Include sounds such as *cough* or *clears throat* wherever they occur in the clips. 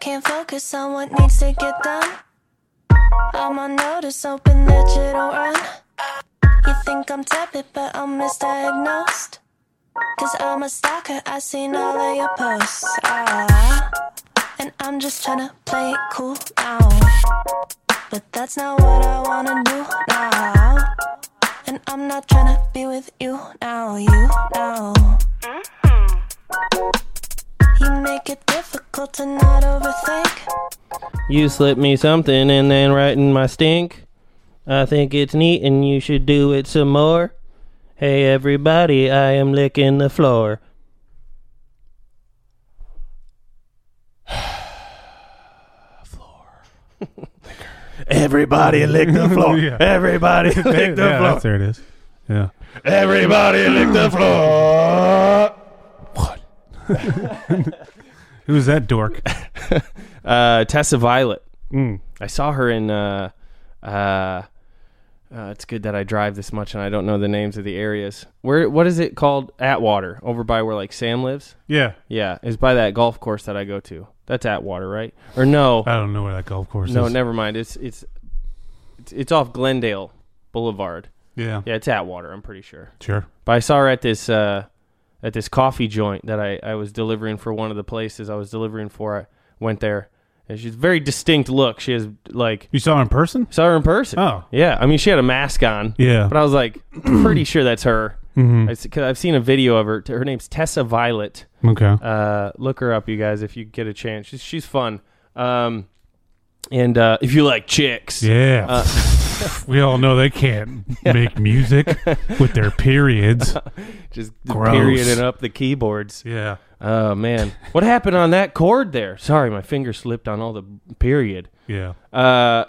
Can't focus on what needs to get done. I'm on notice, open digital run. You think I'm tepid, but I'm misdiagnosed. Cause I'm a stalker, I seen all of your posts. Ah, and I'm just tryna play it cool now. But that's not what I wanna do now. And I'm not tryna be with you now, you now. You make it difficult to not overthink. You slip me something and then right in my stink. I think it's neat and you should do it some more. Hey everybody, I am licking the floor. *laughs* Everybody lick *laughs* the floor. Yeah. *laughs* Everybody yeah, lick the that's- floor. there it is. Yeah. Everybody lick the floor. *laughs* Who's that dork? Uh, Tessa Violet. Mm. I saw her in. Uh, uh, uh, it's good that I drive this much and I don't know the names of the areas. Where? What is it called? Atwater, over by where like Sam lives. Yeah. Yeah, it's by that golf course that I go to. That's Atwater, right? Or no? I don't know where that golf course No, Uh, is. never mind. It's it's it's, it's off Glendale Boulevard. Yeah. Yeah, it's Atwater. I'm pretty sure. Sure. But I saw her at this uh, at this coffee joint that I, I was delivering for one of the places I was delivering for. I went there, and she's very distinct look. She has like You saw her in person? saw her in person. Oh. yeah. I mean, she had a mask on. Yeah. Mm-hmm. but I was *clears throat* like pretty sure that's her. Because I've seen a video of her. T- Her name's Tessa Violet. Okay. Uh, look her up, you guys, if you get a chance. She's she's fun. Um, and uh, if you like chicks, Yeah. Uh. *laughs* we all know *laughs* they can't make music with their periods. just period Gross. perioding up the keyboards. Yeah. Oh man, what happened on that chord there? Sorry, my finger slipped on all the period. Yeah. Uh,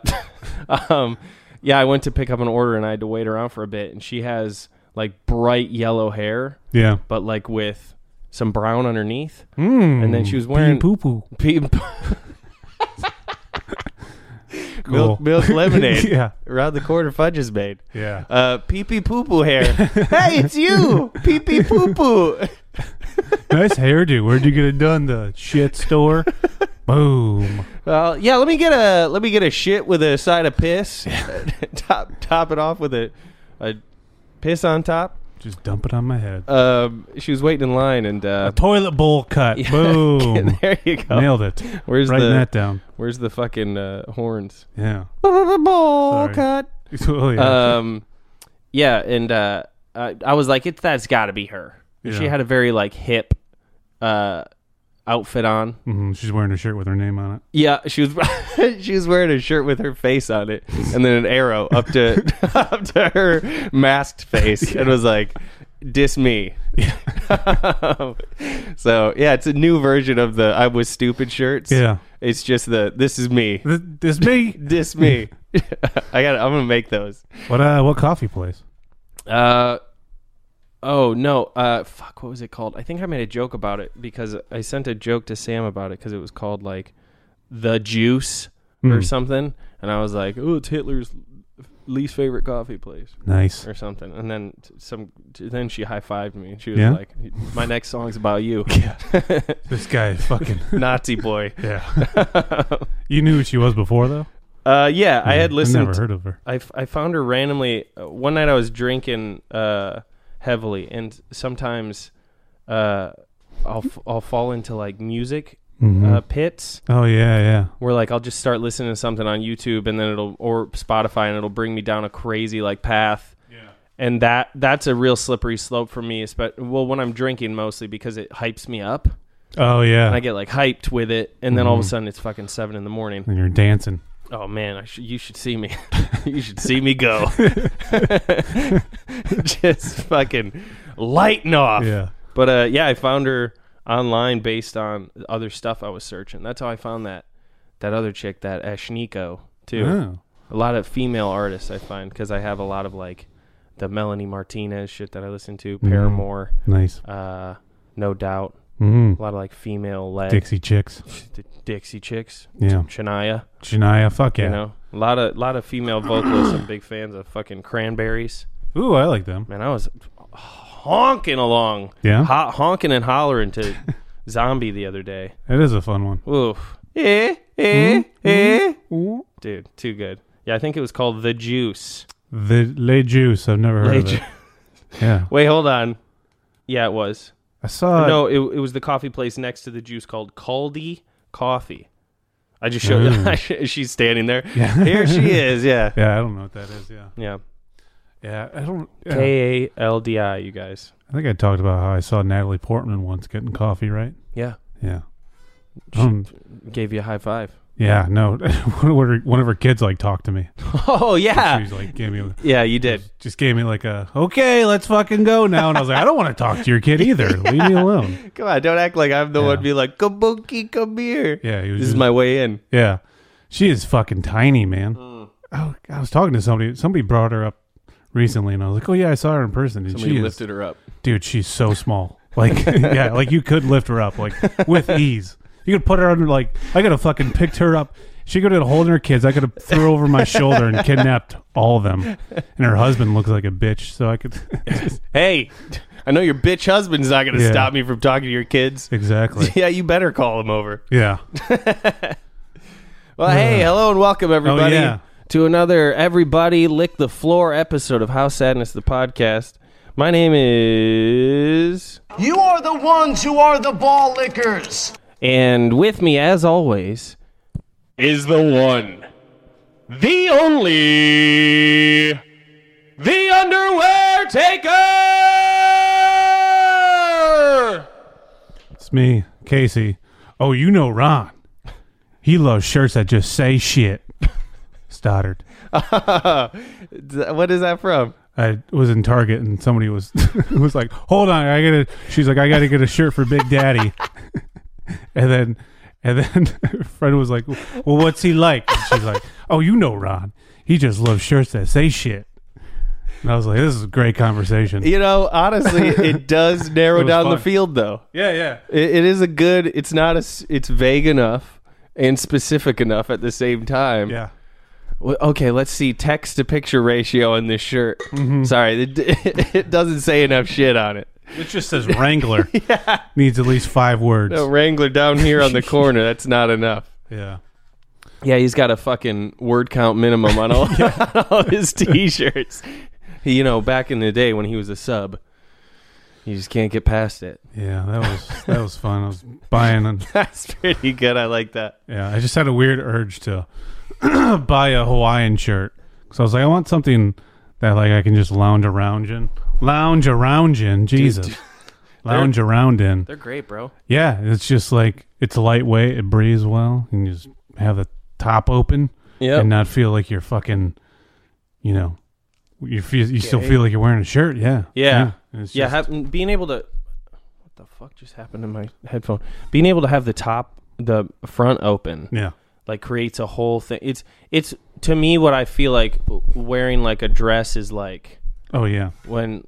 *laughs* um, yeah, I went to pick up an order and I had to wait around for a bit. And she has like bright yellow hair, Yeah. but like with some brown underneath. And then Mm. she was wearing Pee poo poo. pee- *laughs* milk, *laughs* milk lemonade *laughs* yeah. around the corner. Fudge is made. Yeah. Uh, pee pee poo poo *laughs* hair. hey, it's you, pee pee poo poo. nice hairdo. Where'd you get it done? The shit *laughs* store. Boom. Well, yeah. Let me get a let me get a shit with a side of *laughs* piss. top top it off with a a piss on top. Just dump it on my head. Um, she was waiting in line, and uh, Toilet bowl *laughs* cut. Boom. *laughs* there you go. Nailed it. Where's Writing the that down. where's the fucking uh, *laughs* horns? Yeah. Bowl cut. *laughs* Oh, yeah. Um, yeah, and uh, I, I was like, it's that's got to be her. She Yeah. had a very like hip uh outfit on. Mhm. She's wearing a shirt with her name on it. Yeah, she was *laughs* she was wearing a shirt with her face on it, and then an arrow up to *laughs* up to her masked face, and was like, "Diss me." *laughs* so yeah, it's a new version of the "I was stupid" shirts. Yeah. it's just the "This is me, Th- This me. diss me." *laughs* I got. to I'm gonna make those. What uh? What coffee place? Uh, oh no. Uh, fuck. What was it called? I think I made a joke about it because I sent a joke to Sam about it because it was called like the juice Hmm. or something, and I was like, oh, it's Hitler's least favorite coffee place Nice. or something. And then t- some. t- Then she high fived me. and She was Yeah? like, my next song's about *laughs* you, This guy *laughs* fucking. *laughs* Nazi boy. *laughs* Yeah. uh, You knew who she was before though. yeah. I had listened. Hmm. never heard of her. I, f- I found her randomly uh, one night I was drinking uh, heavily and sometimes uh, I'll, f- I'll fall into like music uh, pits Oh yeah, yeah. where like I'll just start listening to something on YouTube and then it'll or Spotify and it'll bring me down a crazy like path yeah. and that that's a real slippery slope for me espe- well when I'm drinking mostly because it hypes me up Oh yeah. Mm-hmm. and I get like hyped with it and then all of a sudden it's fucking seven in the morning and you're dancing. Oh man, I should, you should see *laughs* me. *laughs* you should see me go. *laughs* Just fucking lighting off. Yeah. But uh, yeah, I found her online based on other stuff I was searching. That's how I found that that other chick, that Ashniko, too. Oh. A lot of female artists I find because I have a lot of like the Melanie Martinez shit that I listen to, Mm-hmm. Paramore, Nice. uh, No Doubt, Mm. a lot of like female led Dixie Chicks. Dixie chicks, Yeah. Shania. Shania. Fuck yeah. You know, a lot of lot of female vocalists. I'm big fans of fucking cranberries. Ooh, I like them. Man, I was honking along, Yeah? *laughs* Ho- honking and hollering to Zombie the other day. That is a fun one. Oof, Eh, eh, eh. Mm-hmm. Dude, too good. Yeah, I think it was called The Juice. The Le Juice. I've never heard Le of Ju- it. Yeah. Wait, hold on. Yeah, it was. *laughs* I saw no, it, it was the coffee place next to the juice called Caldi Coffee. I just showed Mm. *laughs* she's standing there. *laughs* Here she is. *laughs* Yeah. Yeah, I don't know what that is. Yeah. Yeah. Yeah, I don't. yeah. K A L D I, you guys. I think I talked about how I saw Natalie Portman once getting coffee, right? Yeah. Yeah. Um, Gave you a high five. yeah, no. *laughs* one, of her, one of her kids like talked *laughs* to me. *laughs* Oh, She yeah. was like, gave me, Yeah, you did. just gave me like a, okay, let's fucking go now. And I was like, I don't want to talk to your kid either. Leave me alone. Come on, don't act like I'm the Yeah. one be like, Kabuki, come here. Yeah, he was This is just- my way in. Yeah, she is fucking tiny, man. Mm. I, I was talking to somebody. Somebody brought her up recently, and I was like, "Oh yeah, I saw her in person." And Somebody she lifted her up. is, dude. She's so small. Like, *laughs* yeah, like you could lift her up like *laughs* with ease. You could put her under like I could have fucking picked her up. She could have holding her kids. I could have threw her over my shoulder and kidnapped all of them. And her husband looks like a bitch, so *laughs* I could *laughs* Hey, *laughs* I know your bitch husband's not going to Yeah. stop me from talking to your kids. exactly. *laughs* Yeah, you better call him over. Yeah, Well, hey, hello and welcome everybody yeah. to another Everybody Lick the Floor episode of How Sadness the Podcast. My name is You are the ones who are the ball lickers. and with me as always Is the one, the only, the underwear taker. it's me, Casey. Oh, you know Ron. He loves shirts that just say shit. Stoddard. what *laughs* is that from? I was in Target and somebody was *laughs* was like, "Hold on, I gotta." She's like, "I gotta get a shirt for Big Daddy," *laughs* and then and then *laughs* Fred was like, "Well, what's he like?" And she's like, "Oh, you know Ron. He just loves shirts that say shit." And I was like, "This is a great conversation." You know, *laughs* honestly, it does narrow was down the fun. field though. yeah, yeah. It, it is a good. It's not as. It's vague enough and specific enough at the same time. Yeah. Well, okay, let's see text to picture ratio on this shirt. Sorry, it, *laughs* it doesn't say enough shit on it. It just says Wrangler. Needs at least five words. No Wrangler down here *laughs* on the corner. That's not enough. Yeah. Yeah, he's got a fucking word count minimum on *laughs* all, on all his t-shirts. you know, back in the day when he was a sub, you just can't get past it. Yeah, that was that was fun. I was buying and *laughs* That's pretty good. I like that. Yeah, I just had a weird urge to *clears throat* buy a Hawaiian shirt because I was like, I want something that like I can just lounge around in, lounge around in, Jesus, *laughs* lounge around in. They're great, bro. Yeah, it's just like it's lightweight, it breathes well, and you just have the top open Yeah. and not feel like you're fucking, you know, you feel you still feel like you're wearing a shirt. Yeah, Yeah. And it's yeah, just- hap- being able to what the fuck just happened to my headphone? Being able to have the top, the front open, yeah, like creates a whole thing. It's it's to me what I feel like wearing like a dress is like oh yeah, when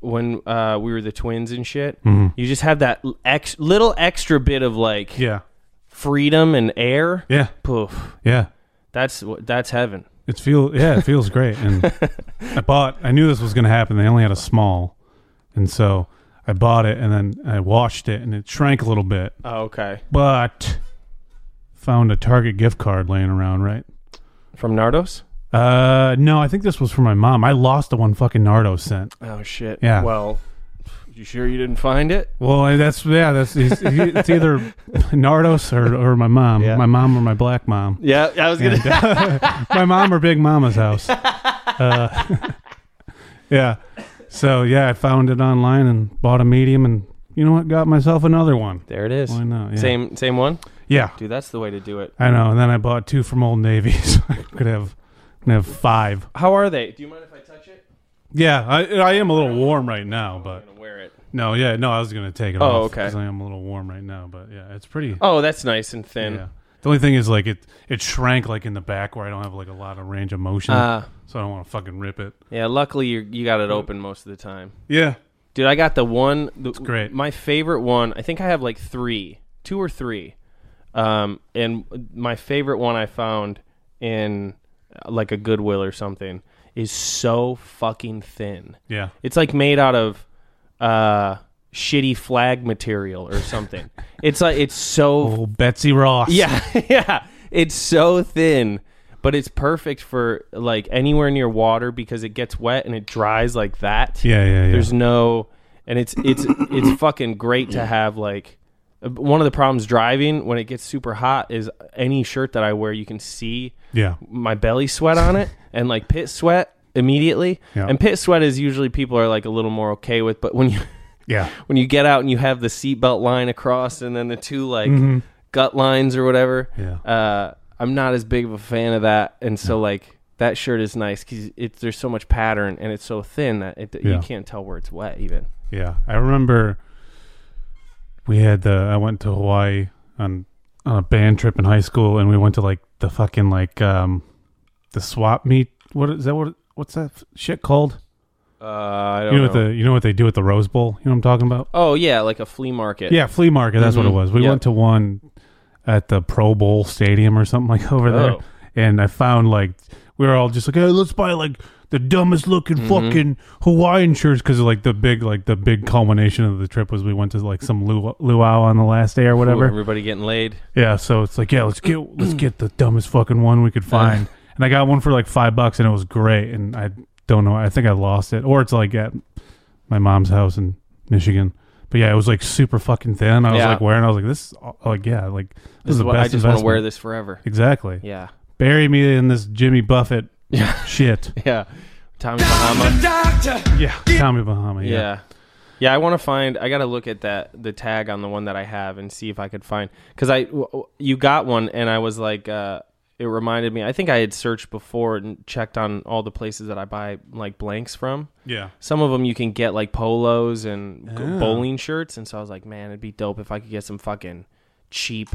when uh, we were the twins and shit. Mm-hmm. You just have that l- ex- little extra bit of like yeah, freedom and air. yeah, Poof, yeah. that's wh- that's heaven. It's feel yeah, it feels great. And I bought I knew this was gonna happen. They only had a small. And so I bought it and then I washed it and it shrank a little bit. Oh, okay, But found a Target gift card laying around, right? from Nardos. Uh no, I think this was for my mom. I lost the one fucking Nardo sent. Oh shit. Yeah. Well, you sure you didn't find it? Well, I- that's yeah, that's it's, it's either *laughs* Nardos or, or my mom, Yeah. my mom or my black mom, Yeah, I was gonna. my mom or Big Mama's house. Uh, *laughs* yeah. So yeah, I found it online and bought a medium, and you know what? Got myself another one. There it is. Why not? Yeah. Same same one? Yeah, Dude, that's the way to do it. I know. And then I bought two from Old Navy, *laughs* so I could have could have five. How are they? Do you mind if I touch it? Yeah, I, I am a little warm right now, but I'm gonna wear it. no, yeah, no, I was gonna take it Oh, off. okay. 'cause I am a little warm right now, but yeah, it's pretty. Oh, that's nice and thin. Yeah. The only thing is like it it shrank like in the back where I don't have like a lot of range of motion, Ah. so I don't want to fucking rip it. Yeah, luckily you you got it open most of the time. Yeah. Dude, I got the one the, great. My favorite one, I think I have like 3, 2 or 3. Um and my favorite one I found in uh, like a Goodwill or something is so fucking thin. Yeah. It's like made out of uh shitty flag material or *laughs* something. it's like it's so Oh, Betsy Ross. *laughs* yeah, *laughs* yeah. It's so thin, but it's perfect for like anywhere near water because it gets wet and it dries like that. Yeah, yeah, yeah. There's no, and it's it's it's fucking great to have like. One of the problems driving when it gets super hot is any shirt that I wear, you can see yeah. my belly sweat on *laughs* it and like pit sweat immediately. Yeah. And pit sweat is usually people are like a little more okay with, but when you Yeah. when you get out and you have the seatbelt line across and then the two like gut lines or whatever. Mm-hmm. Yeah. Uh, I'm not as big of a fan of that, and so like that shirt is nice because it's there's so much pattern and it's so thin that it, you Yeah. can't tell where it's wet even. Yeah, I remember we had the. I went to Hawaii on on a band trip in high school, and we went to like the fucking like um the swap meet. What is that? What what's that f- shit called? Uh, I don't You know what the you know what they do at the Rose Bowl? You know what I'm talking about? oh yeah, like a flea market. Yeah, flea market. That's Mhm. what it was. We Yeah. went to one at the Pro Bowl stadium or something *laughs* like over there, Oh. and I found like we were all just like, hey, let's buy like the dumbest looking Mm-hmm. fucking Hawaiian shirts because like the big like the big culmination of the trip was we went to like some lu- luau on the last day or Ooh, whatever. everybody getting laid. Yeah, so it's like, yeah, *clears throat* let's get let's get the dumbest fucking one we could find. and I got one for like five bucks, and it was great. And I don't know, I think I lost it, or it's like at my mom's house in Michigan. But yeah, it was like super fucking thin. I was Yeah. like wearing, I was like, this, is aw- like yeah, like this, This is is the what best I just want to wear investment. this forever. Exactly. Yeah, *laughs* Bury me in this Jimmy Buffett *laughs* shit. yeah. Tommy Bahama. Yeah, Tommy Bahama. Yeah. Yeah. Yeah, I want to find. I got to look at that the tag on the one that I have and see if I could find because I w- w- you got one and I was like, uh, it reminded me. I think I had searched before and checked on all the places that I buy like blanks from. yeah. Some of them you can get like polos and g- bowling shirts, and so I was like, man, it'd be dope if I could get some fucking cheap,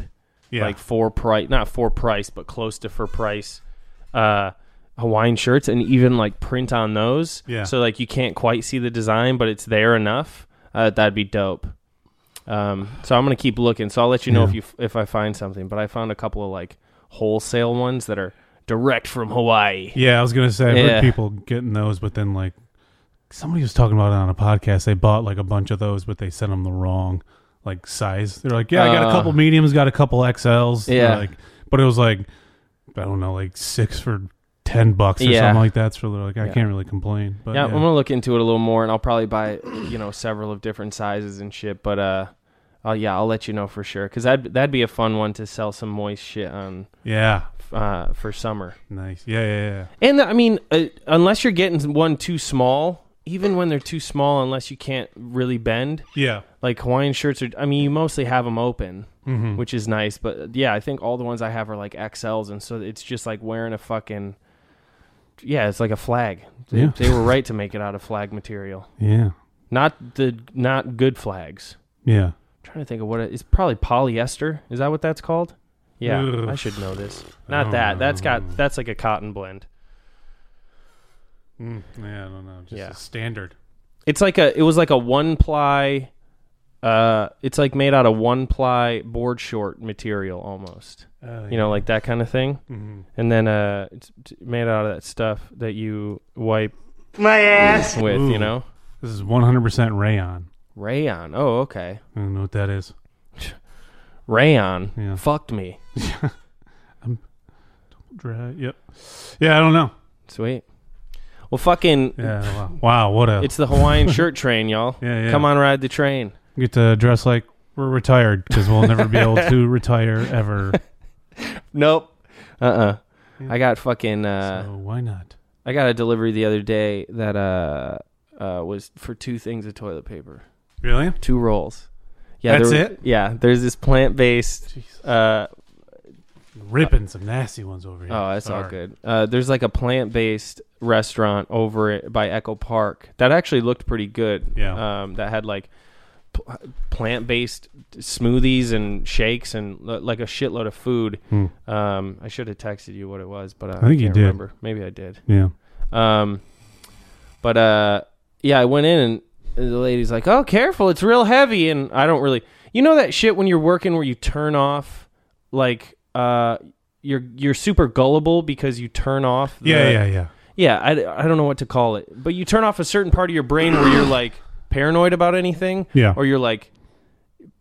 Yeah. like for price, not for price, but close to for price, uh, Hawaiian shirts, and even like print on those. Yeah. So like you can't quite see the design, but it's there enough. Uh, that'd be dope. Um, so I'm gonna keep looking. So I'll let you know if you f- if I find something. But I found a couple of like wholesale ones that are direct from Hawaii. Yeah, I was gonna say I Yeah. heard people getting those, but then like somebody was talking about it on a podcast. They bought like a bunch of those, but they sent them the wrong like size. They're like, yeah, I got a Uh. couple mediums, got a couple XLs. They're Yeah. like, but it was like I don't know, like six for ten bucks or Yeah. something like that. So they're like, I Yeah. can't really complain. But yeah, yeah, I'm gonna look into it a little more, and I'll probably buy you know several of different sizes and shit. But uh, oh yeah, I'll let you know for sure because that that'd be a fun one to sell some moist shit on yeah, uh, for summer. nice. Yeah, yeah, yeah. And I mean, uh, unless you're getting one too small, even when they're too small, unless you can't really bend, Yeah, like Hawaiian shirts are. I mean, you mostly have them open, Mm-hmm. which is nice. But yeah, I think all the ones I have are like XLs, and so it's just like wearing a fucking. Yeah, it's like a flag. They, Yeah. they were right to make it out of flag material yeah, not the not good flags. yeah. I'm trying to think of what it, it's probably polyester. Is that what that's called? Yeah, Ugh. Oh, I should know this. I Not don't that. know. That's got that's like a cotton blend. Mm, yeah, I don't know. Just Yeah. a standard. It's like a it was like a one ply. Uh, it's like made out of one ply board short material almost. You know, like that kind of thing. Mm-hmm. And then uh, it's it's made out of that stuff that you wipe My ass. with. You Ooh. know, this is one hundred percent rayon. rayon. Oh, okay, I don't know what that is. rayon. Yeah. Fucked me. *laughs* Dry. Um, Yep. Yeah, I don't know. Sweet. Well, fucking. *laughs* Yeah. Wow. wow what a It's the *laughs* Hawaiian shirt train, y'all. Yeah, yeah. Come on, ride the train. get to dress like we're retired because we'll never be able *laughs* to retire ever. Nope. Uh uh I got fucking. Uh, so why not? I got a delivery the other day that uh, uh was for two things of toilet paper, Really? two rolls. Yeah, That's there it? Yeah, there's this plant based. Uh, Ripping some nasty ones over here. oh, that's all Sorry. good. Uh, there's like a plant based restaurant over it by Echo Park that actually looked pretty good. Yeah. Um, that had like plant based smoothies and shakes and li- like a shitload of food. Hmm. Um, I should have texted you what it was, but I, I think you can't did. remember. Maybe I did. Yeah. Um, but uh, yeah, I went in and the lady's like, "Oh, careful, it's real heavy." And I don't really, you know, that shit when you're working where you turn off, like, uh, you're you're super gullible because you turn off. The, Yeah. Yeah. Yeah. yeah. I, I don't know what to call it, but you turn off a certain part of your brain where you're like, paranoid about anything, Yeah. or you're like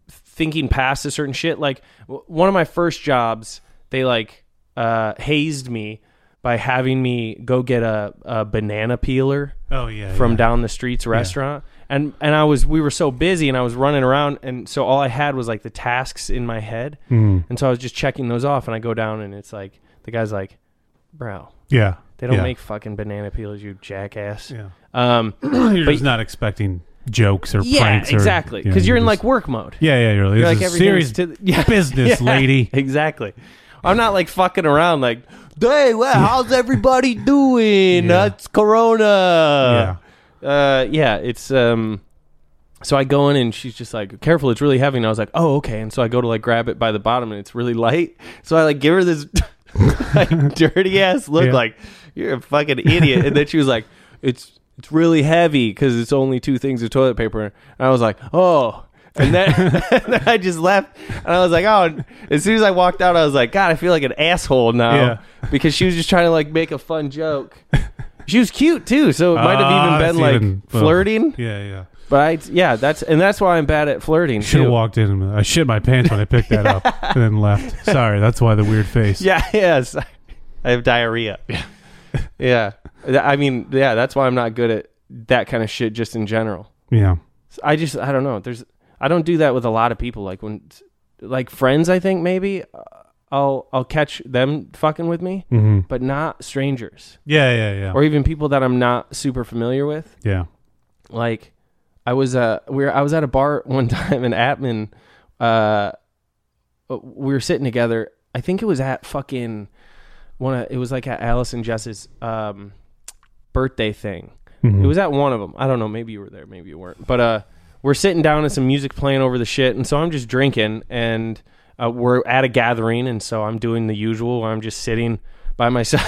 thinking past a certain shit. Like w- one of my first jobs, they like uh, hazed me by having me go get a, a banana peeler Oh yeah. from yeah. down the streets restaurant and and i was we were so busy and i was running around and so all i had was like the tasks in my head Hmm. and so i was just checking those off and i go down and it's like the guy's like bro yeah. they don't yeah. make fucking banana peelers you jackass Yeah. *coughs* um *clears throat* You're but- just not expecting jokes or yeah pranks. or- exactly you know, because you're in just- like work mode Yeah, yeah, you're, you're like like, this is everything serious is to the- yeah. *laughs* *laughs* business, Yeah, lady. exactly i'm not like fucking around like hey well, how's everybody doing Yeah. that's corona uh yeah it's um so i go in and she's just like careful it's really heavy and i was like oh okay and so i go to like grab it by the bottom and it's really light so i like give her this *laughs* like dirty ass look Yeah. like you're a fucking idiot and then she was like it's it's really heavy because it's only two things of toilet paper and i was like oh and then, *laughs* and then i just left and i was like oh and as soon as i walked out i was like god i feel like an asshole now Yeah. because she was just trying to like make a fun joke she was cute too so it might Ah, have even it's been like even- well, flirting Yeah, yeah. but I, yeah, that's and that's why I'm bad at flirting. Should have too. walked in. and I shit my pants when I picked that up and then left. Sorry, that's why the weird *laughs* face. Yeah, yes. I have diarrhea. Yeah. yeah. Th- I mean, yeah, that's why I'm not good at that kind of shit just in general. yeah. S- I just I don't know. There's I don't do that with a lot of people like when like friends I think maybe uh, I'll I'll catch them fucking with me, hmm but not strangers Yeah, yeah, yeah. or even people that I'm not super familiar with. yeah. like I was uh we were, I was at a bar *laughs* one time in Atman uh we were sitting together I think it was at fucking one of, it was like at Alice and Jess's um birthday thing it was at one of them I don't know maybe you were there maybe you weren't but uh we're sitting down and some music playing over the shit and so I'm just drinking and uh, we're at a gathering and so I'm doing the usual where I'm just sitting by myself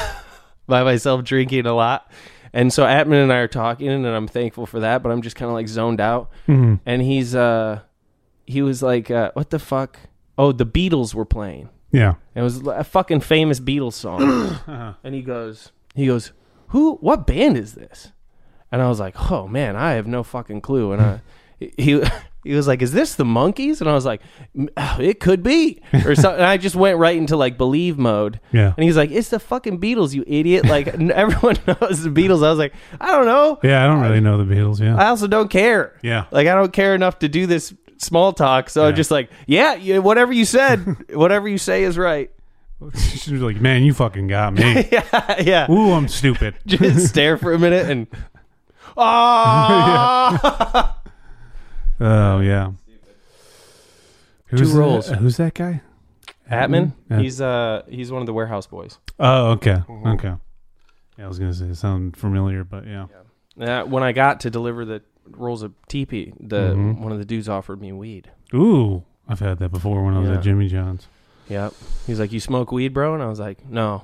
*laughs* by myself drinking a lot. And so Atman and I are talking and I'm thankful for that, but I'm just kind of like zoned out. Hmm. Mm-hmm. And he's uh he was like uh what the fuck? Oh, the Beatles were playing. Yeah. It was a fucking famous Beatles song. and he goes he goes, "Who what band is this?" And I was like, "Oh man, I have no fucking clue." And I he he was like, "Is this the Monkeys?" And I was like, "Mm, oh, "It could be." Or something. And I just went right into like believe mode. Yeah. And he's like, "It's the fucking Beatles, you idiot!" Like *laughs* n- everyone knows the Beatles. I was like, "I don't know. Yeah, I don't really know the Beatles. Yeah. I also don't care. Yeah. *laughs* like I don't care enough to do this small talk. So I'm just like, yeah, you, whatever you *laughs* said, whatever you say is right. *laughs* she was like, man, you fucking got me. yeah, yeah. Ooh, I'm stupid. *laughs* just stare for a minute *laughs* and ah. Oh, yeah. Who's that- rolls. who's that guy? Atman, Mm-hmm. Yeah. he's Mm-hmm. uh he's one of the warehouse boys. Oh, okay. Okay. Yeah, I was going to say, it sounded familiar, but yeah. Uh, when I got to deliver the rolls of teepee, the Mm-hmm. one of the dudes offered me weed. Ooh, I've had that before when I was Yeah. at Jimmy John's. Yep. He's like, "You smoke weed, bro?" And I was like, *laughs* "No,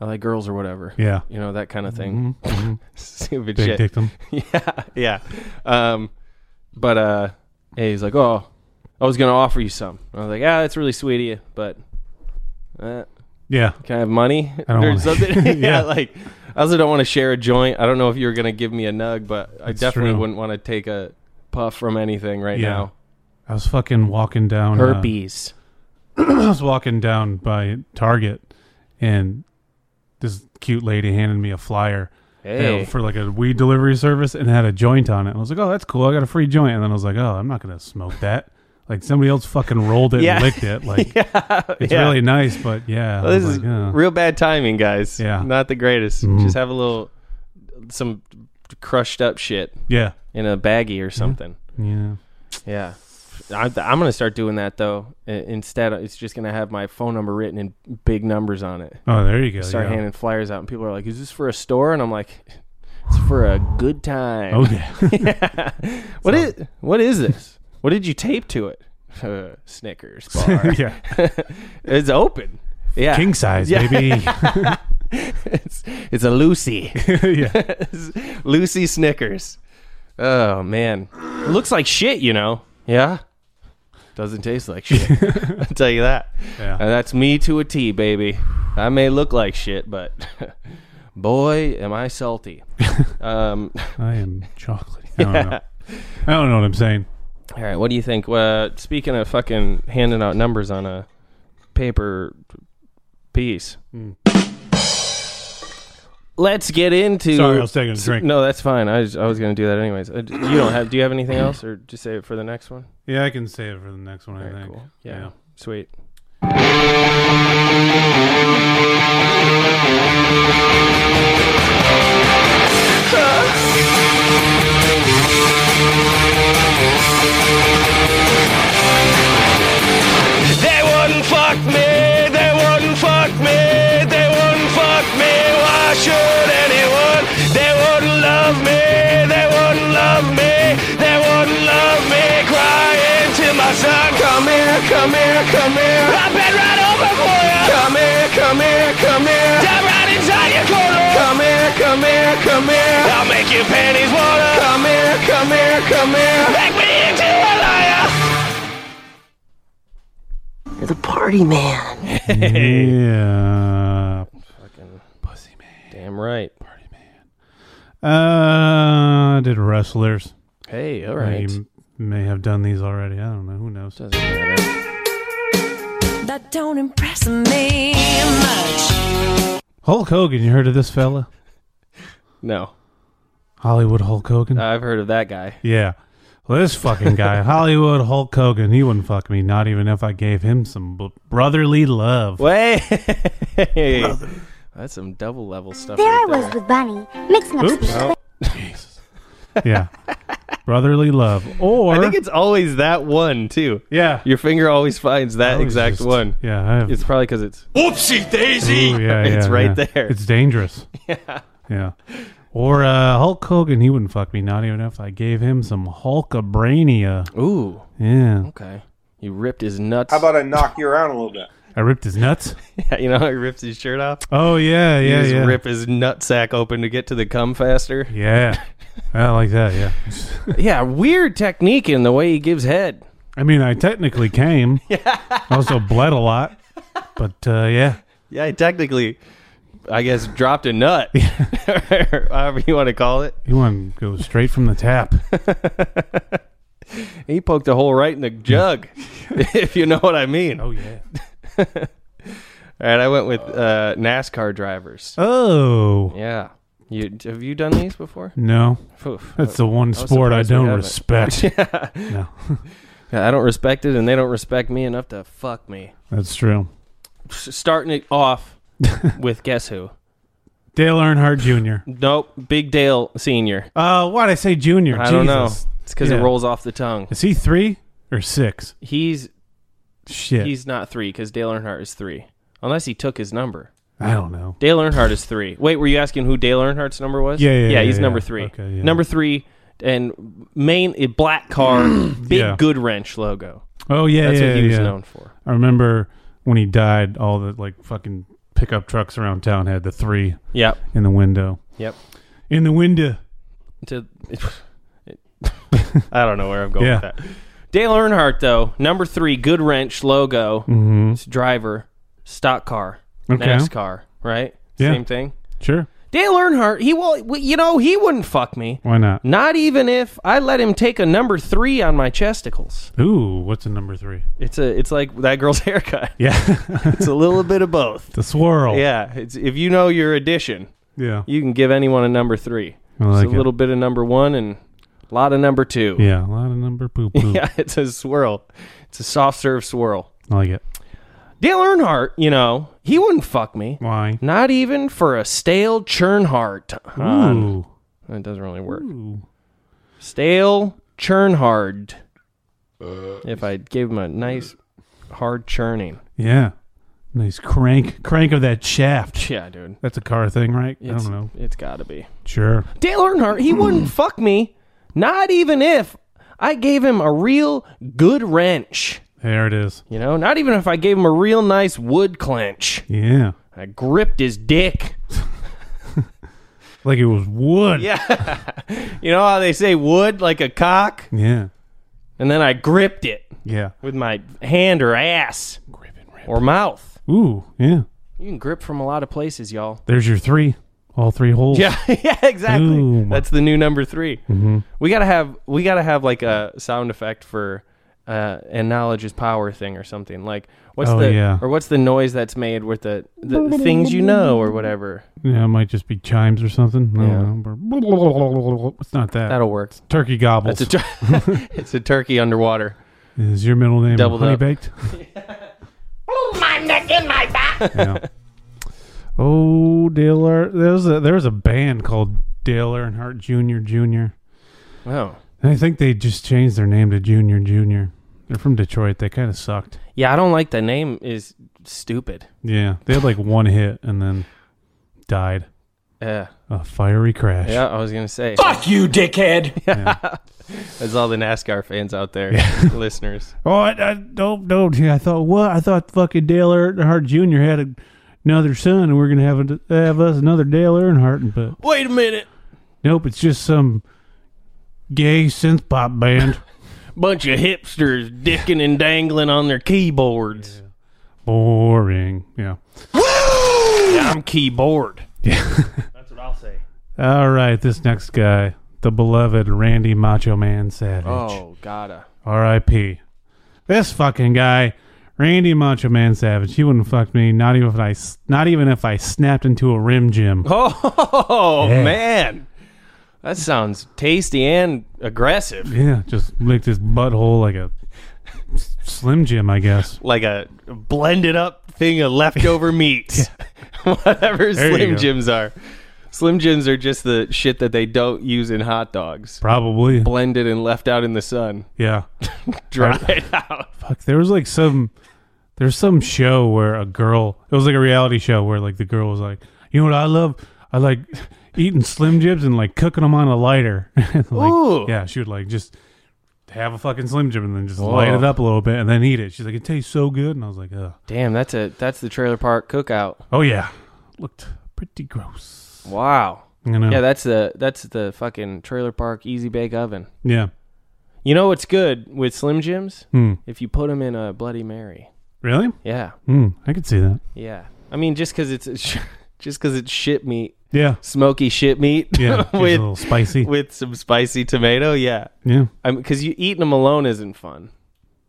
I like girls or whatever." Yeah. You know that kind of thing. Mhm, mhm. *laughs* Stupid Big shit. dictum. *laughs* yeah, yeah. Um, but uh, yeah, he's like, "Oh, I was gonna offer you some." I was like, "Ah, that's really sweet of you, but uh, Yeah. can I have money I don't or wanna- *laughs* something?" *laughs* yeah, Yeah. like I also don't want to share a joint. I don't know if you were gonna give me a nug, but I That's definitely true. wouldn't want to take a puff from anything right Yeah. now. I was fucking walking down. uh, Herpes. *laughs* I was walking down by Target and this cute lady handed me a flyer uh, Hey. for like a weed delivery service and it had a joint on it. And I was like, oh, that's cool. I got a free joint. And then I was like, oh, I'm not going to smoke that. Like somebody else fucking rolled it Yeah. and licked *laughs* it. *laughs* Like yeah, it's yeah. really nice, but yeah. Well, I this was is like, "Oh." real bad timing, guys. Yeah. Not the greatest. Mhm. Just have a little, some crushed up shit yeah. in a baggie Mm-hmm. or something. Yeah. Yeah. I, I'm going to start doing that, though. I- Instead, it's just going to have my phone number written in big numbers on it. Oh, there you go. Start yeah. handing flyers out, and people are like, is this for a store? And I'm like, it's for a good time. Oh, *laughs* yeah. *laughs* What is what is this? what did you tape to it? *laughs* Uh, Snickers *laughs* bar. yeah. it's open. Yeah. King size, *laughs* Yeah. baby. it's, it's a Lucy. *laughs* yeah. Lucy Snickers. Oh man, looks like shit, you know. Yeah, doesn't taste like shit. I'll tell you that. Uh, Yeah. And that's me to a T, baby. I may look like shit, but *laughs* boy, am I salty. um, I am *laughs* chocolate. I don't know. I don't know what I'm saying. all right, what do you think? Uh, speaking of fucking handing out numbers on a paper piece, Hmm. let's get into. Sorry, I was taking a drink. No, that's fine. I was, I was going to do that anyways. Uh, d- You don't have? Do you have anything else, or just save it for the next one? Yeah, I can save it for the next one. I All right, think. cool. Yeah. Sweet. They wouldn't fuck me. They wouldn't fuck me. They wouldn't fuck me. Why should anyone? They wouldn't love me. They wouldn't love me. They wouldn't love me. Crying to my son, come here, come here, come here. I've been right over for you. Come here, come here, come here. Dive right inside your corner. Come here, come here, come here. I'll make your panties water. Come here, come here, come here. Make me into a liar. The party man. Yeah. Fucking Pussy damn right. man. Uh, I did wrestlers. Hey, all I right. m- may have done these already. I don't know. Who knows? Doesn't matter. That don't impress me much. Hulk Hogan. You heard of this fella? No, Hollywood Hulk Hogan. I've heard of that guy. yeah. Well, this fucking *laughs* guy, Hollywood Hulk Hogan, he wouldn't fuck me. Not even if I gave him some b- brotherly love. Wait, that's some double level stuff. There I right was with Bunny, mixing up Oops. some *laughs* Yeah. brotherly love. Or I think it's always that one too. yeah. Your finger always finds that, That was exact just- one. Yeah. I have, It's probably because it's Oopsie daisy. *laughs* Ooh, Oh, yeah, It's yeah, right yeah. there. *laughs* It's dangerous. Yeah. Yeah. Or uh, Hulk Hogan, he wouldn't fuck me, not even if I gave him some Hulkabrania. ooh. Yeah. Okay, you ripped his nuts. How about I knock you around a little bit? I ripped his nuts. *laughs* you know, he rips his shirt off. Oh, *laughs* yeah, You yeah, just yeah. rip his nutsack open to get to the cum faster. Yeah. I like that, yeah. *laughs* Yeah, weird technique in the way he gives head. I mean, I technically came. yeah. I also bled a lot. But, uh, yeah. Yeah, he technically, I guess, dropped a nut. *laughs* However you want to call it. You want to go straight from the tap. He poked a hole right in the jug, *laughs* if you know what I mean. All Oh, yeah. right, I went with uh, NASCAR drivers. Oh. Yeah. You, have you done these before? No. Oof. That's the one was sport I surprised we don't haven't. *laughs* respect. No. Yeah, I don't respect it, and they don't respect me enough to fuck me. That's true. S- starting it off *laughs* with guess who? Dale Earnhardt Jr. Nope, Big Dale Senior. Uh, why'd I say junior? I don't know. Jesus. It's because Yeah. it rolls off the tongue. Is he three or six? He's Shit. he's not three because Dale Earnhardt is three, unless he took his number. I don't know. Dale Earnhardt is three. Wait, were you asking who Dale Earnhardt's number was? Yeah, yeah, yeah, he's yeah. number three. Okay, yeah. Number three, and main a black *clears throat* car, big Yeah. good wrench logo. Oh yeah, That's yeah, what he was yeah. known for. I remember when he died. All the like fucking pickup trucks around town had the three Yep, in the window. yep. In the window. to *laughs* I don't know where I'm going Yeah. with that. Dale Earnhardt though, number three, good wrench logo, It's driver, stock car, Mm-hmm. Okay. NASCAR, right? Yeah. Same thing. Sure. Dale Earnhardt, he will, you know, he wouldn't fuck me. Why not? Not even if I let him take a number three on my chesticles. Ooh, what's a number three? *laughs* It's a, it's like that girl's *laughs* haircut. Yeah, It's a little bit of *laughs* both. the swirl. Yeah, it's, if you know your addition, yeah. you can give anyone a number three. I like it's a it. little bit of number one and a lot of number two. Yeah, a lot of number poo *laughs* poo. *laughs* Yeah, it's a swirl. It's a soft serve swirl. I like it. Dale Earnhardt, you know, he wouldn't fuck me. Why? Not even for a stale churn heart. It Ooh. doesn't really work. Ooh. Stale churn hard. If I gave him a nice hard churning. Yeah. Nice crank, crank of that shaft. Yeah, dude. That's a car thing, right? I It's, don't know. It's gotta be. Sure. Dale Earnhardt, he wouldn't *clears throat* fuck me. Not even if I gave him a real good wrench. There it is. You know, not even if I gave him a real nice wood clench. Yeah. I gripped his dick. Like it was wood. Yeah. You know how they say wood like a cock? Yeah. And then I gripped it Yeah. with my hand or ass or mouth. Ooh. Yeah. You can grip from a lot of places, y'all. *laughs* There's your three. all three holes. Yeah, yeah, exactly. Boom. Mm-hmm. That's the new number 3 We gotta have we gotta have like a sound effect for uh, and knowledge is power thing or something. Like what's Oh, the yeah. or what's the noise that's made with the, the things you know or whatever. Yeah, it might just be chimes or something. I Yeah. don't know. It's not that. That'll work. Turkey gobbles. That's a tur- *laughs* it's a turkey underwater. Is your middle name Doubled honey up. *laughs* baked? *laughs* my neck in my back. Oh, Dale Ear- there was a there was a band called Dale Earnhardt Jr. Jr. Oh. And I think they just changed their name to Junior Junior. They're from Detroit. They kind of sucked. Yeah, I don't like the name is stupid. Yeah, they had like one hit and then died. Yeah. A fiery crash. Uh, Yeah, I was gonna say. Fuck you, *laughs* dickhead. That's all the NASCAR fans out there, *laughs* listeners. Oh, I, I don't don't. I thought what? I thought fucking Dale Earnhardt Jr. had a, another son, and we're gonna have a, have us another Dale Earnhardt. But Wait a minute, nope, it's just some gay synth pop band. *laughs* bunch of hipsters dicking and dangling on their keyboards. Boring. Yeah. I'm keyboard. That's what I'll say. All right, this next guy, the beloved Randy Macho Man Savage. Oh, gotta. R.I.P. This fucking guy, Randy Macho Man Savage. He wouldn't fuck me. Not even if I s- not even if I snapped into a rim gym. Oh *laughs* Yeah. man, that sounds tasty and aggressive, Yeah, just licked his butthole like a s- Slim Jim, I guess. like a blended up thing of *laughs* leftover meats, *laughs* whatever There you Slim go. Jims are. Slim Jims are just the shit that they don't use in hot dogs. Probably. blended and left out in the sun, *laughs* Yeah. dried out. Fuck, there was like some there's some show where a girl it was like a reality show where like the girl was like, You know what I love? I like eating Slim Jims and like cooking them on a lighter. *laughs* And, like, Ooh. Yeah, she would like just have a fucking Slim Jim and then just light it Whoa. up a little bit and then eat it. She's like, It tastes so good and I was like, Ugh. Damn, that's a that's the trailer park cookout. Oh yeah. Looked pretty gross. Wow. You know? Yeah, that's the that's the fucking trailer park easy bake oven. yeah. You know what's good with Slim Jims? Hmm. If you put them in a Bloody Mary. Really? Yeah, Hmm. I could see that. yeah. I mean, just because it's *laughs* it's just because it's shit meat, Yeah. smoky shit meat. *laughs* Yeah. She's a little with spicy. with some spicy tomato. Yeah, yeah. I mean, because you eating them alone isn't fun.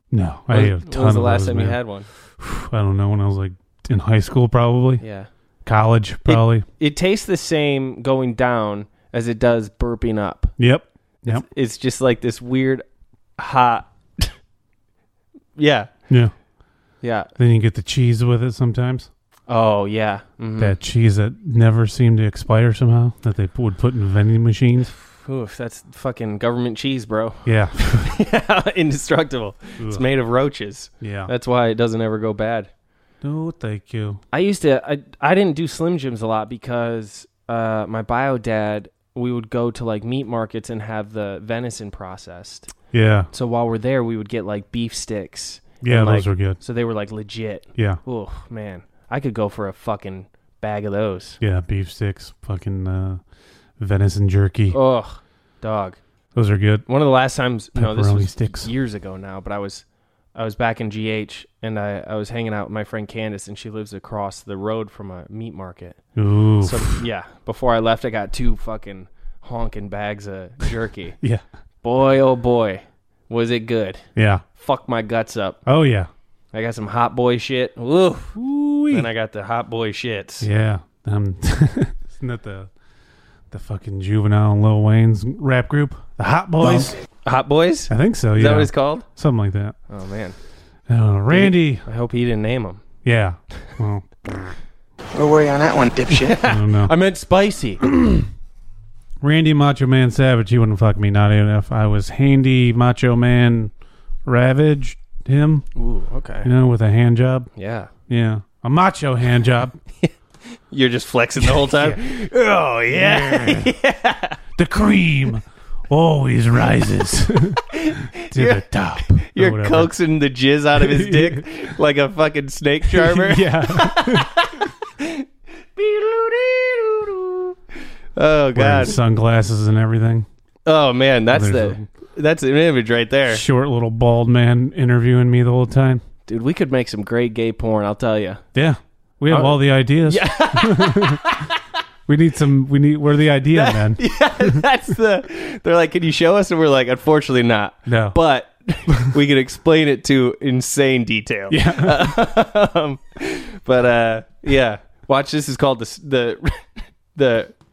No, I When- ate a when ton was the of last those, time man. you had one? I don't know when I was like in high school, probably Yeah. college, probably. it tastes the same going down as it does burping up. yep, yep, It's just like this weird hot. *laughs* yeah. yeah. Yeah. Then you get the cheese with it sometimes. Oh, yeah. Mhm. That cheese that never seemed to expire somehow that they would put in vending machines. Oof, that's fucking government cheese, bro. *laughs* Yeah, Indestructible. It's made of roaches. yeah. That's why it doesn't ever go bad. no, thank you. I used to I, I didn't do Slim Jims a lot because uh, my bio dad we would go to like meat markets and have the venison processed. Yeah, So while we're there, we would get like beef sticks. yeah. and, Those like- were good. So they were like legit. Yeah, Oh man, I could go for a fucking bag of those. yeah. Beef sticks, fucking uh, venison jerky. Ugh, dog. Those are good. One of the last times, no, this Pepperoni was sticks. years ago now, but I was, I was back in GH and I, I was hanging out with my friend Candace and she lives across the road from a meat market. Ooh, So yeah, before I left, I got two fucking honking bags of jerky. *laughs* yeah, boy, oh boy, was it good. yeah. Fuck my guts up. Oh yeah. I got some hot boy shit. Oof. Ooh. Then I got the hot boy shits. Yeah. Um, *laughs* isn't that the the fucking juvenile and Lil Wayne's rap group? The Hot Boys? Hot boys? I think so, yeah. Is that what it's called? Something like that. Oh man, Uh, Randy. I hope he didn't name them. Yeah. Well, Don't worry on that one, *laughs* dipshit. I don't know. I meant spicy. Randy Macho Man Savage, he wouldn't fuck me, not even if I was handy Macho Man ravaged him, *coughs* Ooh, okay. you know, with a hand job. Yeah. Yeah. A macho hand job. You're just flexing *laughs* the whole time. *laughs* Oh *laughs* yeah. the cream always *laughs* rises to the top. or You're whatever. coaxing the jizz out of his dick like a fucking snake charmer. *laughs* *laughs* yeah. *laughs* Oh Wearing god. sunglasses and everything. Oh man, that's There's the that's an image right there. short little bald man interviewing me the whole time. Dude, we could make some great gay porn, I'll tell you. Oh. Yeah. We have Uh, all the ideas. we *laughs* We need some. We need. We're the idea *laughs* man. *laughs* yeah, that's the. They're like, can you show us? And we're like, unfortunately, not. No. but we can explain it to insane detail. Yeah. *laughs* um, but uh, yeah, watch. This is called the s- the *laughs* the. *laughs*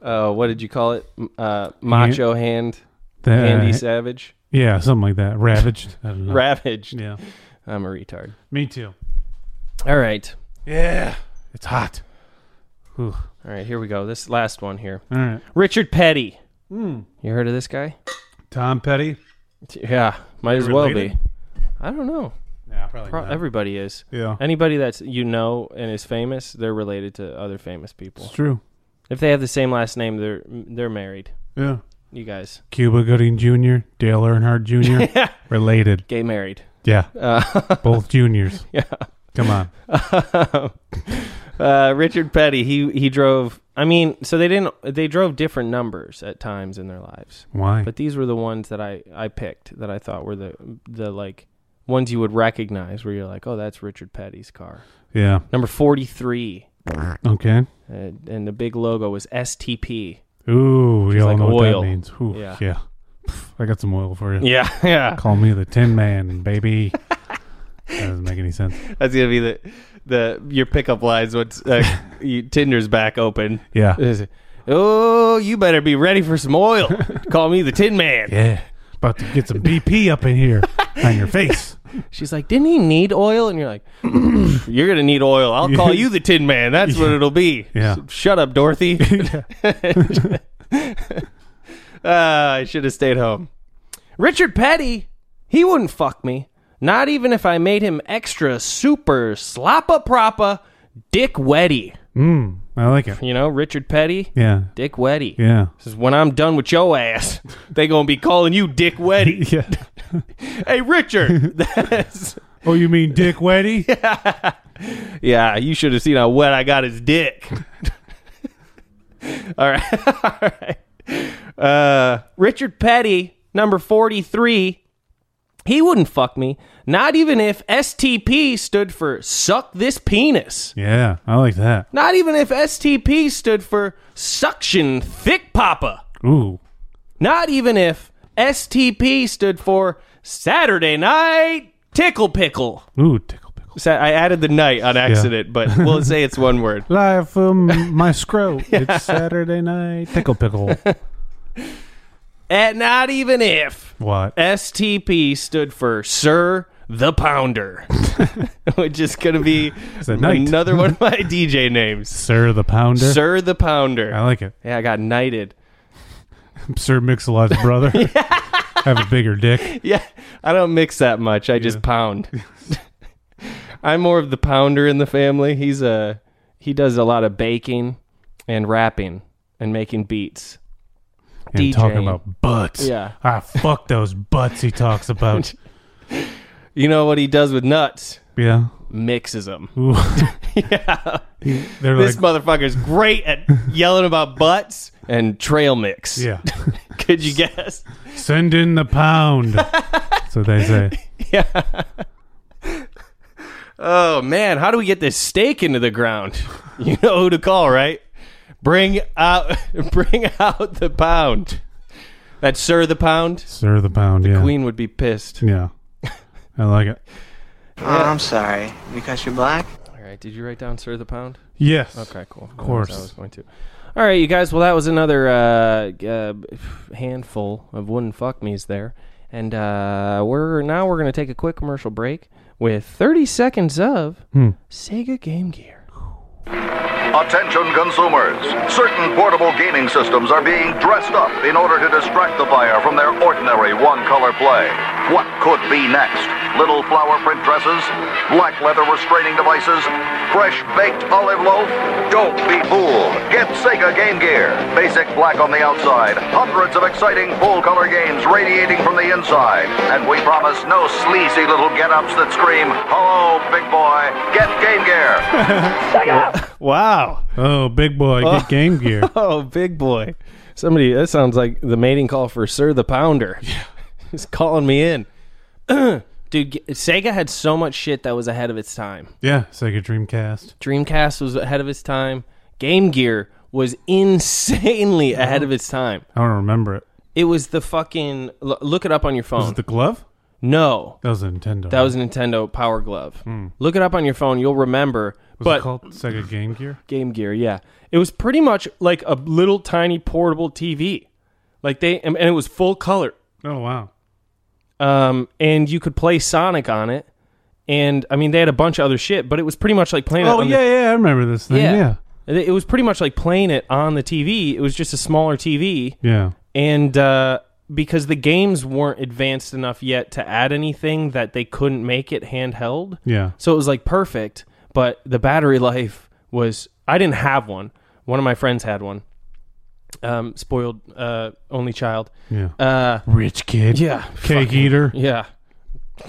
Uh, what did you call it? M- Uh, macho hand, The- Andy Savage, uh, yeah, something like that. Ravaged. I don't know. ravaged. yeah. I'm a retard. Me too. All right, Yeah. It's hot. Whew. all right. Here we go. This last one here. All right. Richard Petty. Hmm. You heard of this guy? Tom Petty. Yeah, might as well be. related? I don't know. Yeah, probably. Pro- not. Everybody is. yeah. Anybody that's you know and is famous, they're related to other famous people. It's true. If they have the same last name, they're they're married. Yeah. You guys Cuba Gooding Jr., Dale Earnhardt *laughs* Jr. Related. gay married. Yeah. Uh, *laughs* Both juniors. yeah. Come on. *laughs* uh, Richard Petty. He he drove. I mean, so they didn't. They drove different numbers at times in their lives, Why? but these were the ones that I I picked that I thought were the the like ones you would recognize. Where you're like, oh, that's Richard Petty's car. yeah. Number forty three. Okay. Uh, and the big logo was STP. Ooh, we all like know oil. what that means. Ooh, Yeah. yeah. Pff, I got some oil for you. Yeah, *laughs* yeah. Call me the Tin Man, baby. *laughs* that doesn't make any sense. That's gonna be the the your pickup lines once uh, *laughs* you, Tinder's back open. Yeah. Is it, Oh, you better be ready for some *laughs* oil. Call me the Tin Man. Yeah. About to get some BP up in here on your face. She's like, didn't he need oil? And you're like, *clears throat* you're gonna need oil. I'll *laughs* call you the Tin Man. That's what it'll be. Yeah. Shut up, *laughs* Dorothy. *laughs* Ah, I should have stayed home. Richard Petty, he wouldn't fuck me. Not even if I made him extra super slappa propa dick wetty. Mm, I like it. You know, Richard Petty, Yeah. Dick Weddy. *laughs* Yeah. Says when I'm done with your ass, they gonna be calling you Dick *laughs* Weddy. Yeah. hey Richard, *laughs* That's- Oh, you mean Dick *laughs* Weddy? yeah, you should have seen how wet I got his dick. *laughs* All right, *laughs* all right. Uh, Richard Petty, number forty-three. He wouldn't fuck me, not even if STP stood for suck this penis. Yeah, I like that. Not even if STP stood for suction thick papa. Ooh. Not even if STP stood for Saturday Night Tickle Pickle. Ooh, tickle pickle. Sa- I added the night on accident, but we'll say it's one word. Live *laughs* from my scrote. It's Saturday night. Tickle *laughs* pickle. And not even if What? STP stood for Sir the Pounder, *laughs* which is going to be a knight. another one of my *laughs* DJ names. Sir the Pounder. Sir the I Pounder. like it. Yeah, I got knighted. *laughs* Sir Mix-a-Lot's *laughs* brother. Have a bigger dick. Yeah, I don't mix that much. I just *laughs* pound. *laughs* I'm more of the pounder in the family. He's a he does a lot of baking and rapping and making beats. And talking about butts. Yeah. Ah, fuck those butts he *laughs* talks about. You know what he does with nuts? yeah. Mixes them. Ooh. They're This like, motherfucker's great at yelling about butts and trail mix. yeah. *laughs* Could you guess? Send in the pound. That's what they say. Oh man, how do we get this stake into the ground? *laughs* You know who to call, right? Bring out *laughs* bring out the pound. That's Sir the Pound. Sir the pound. yeah. Queen would be pissed. Yeah. I like it. Oh, I'm sorry. Because you're black? All right, did you write down Sir the Pound? Yes. Okay, cool. Of course. I was going to. All right, you guys. Well, that was another uh, uh, *sighs* handful of wooden fuck me's there, and uh, we're now we're gonna take a quick commercial break with 30 seconds of Sega Game Gear. Attention consumers. Certain portable gaming systems are being dressed up in order to distract the buyer from their ordinary one-color play. What could be next? Little flower print dresses? Black leather restraining devices? Fresh baked olive loaf? Don't be fooled. Get Sega Game Gear. Basic black on the outside. Hundreds of exciting full-color games radiating from the inside. And we promise no sleazy little get-ups that scream, Hello, big boy. Get Game Gear. Wow. Oh, big boy, get Game Gear. *laughs* Oh, big boy. Somebody. That *laughs* sounds like the mating call for Sir the Pounder. He's calling me in. *clears throat* Dude, g- Sega had so much shit that was ahead of its time. Yeah, Sega Dreamcast. Dreamcast was ahead of its time. Game Gear was insanely ahead of its time. I don't remember it. It was the fucking lo- look it up on your Was phone. it the glove? no, That was a Nintendo. Oh. that was a Nintendo Power Glove. Look it up on your phone. You'll remember. Hmm. Was but it called Sega Game Gear? Game Gear, yeah. It was pretty much like a little tiny portable TV. Like they and and it was full color. Oh wow. Um and you could play Sonic on it. And I mean they had a bunch of other shit, but it was pretty much like playing it Oh on yeah, yeah. I remember this the, thing. Oh, Yeah, And It it was pretty much like playing it on the TV. It was just a smaller TV yeah. and uh because the games weren't advanced enough yet to add anything that they couldn't make it handheld. Yeah. So it was like perfect, but the battery *laughs* life was I didn't have one. One of my friends had one. Um, spoiled uh, only child. Yeah. Uh, Rich kid. yeah, Cake fucking- eater. Yeah, *laughs*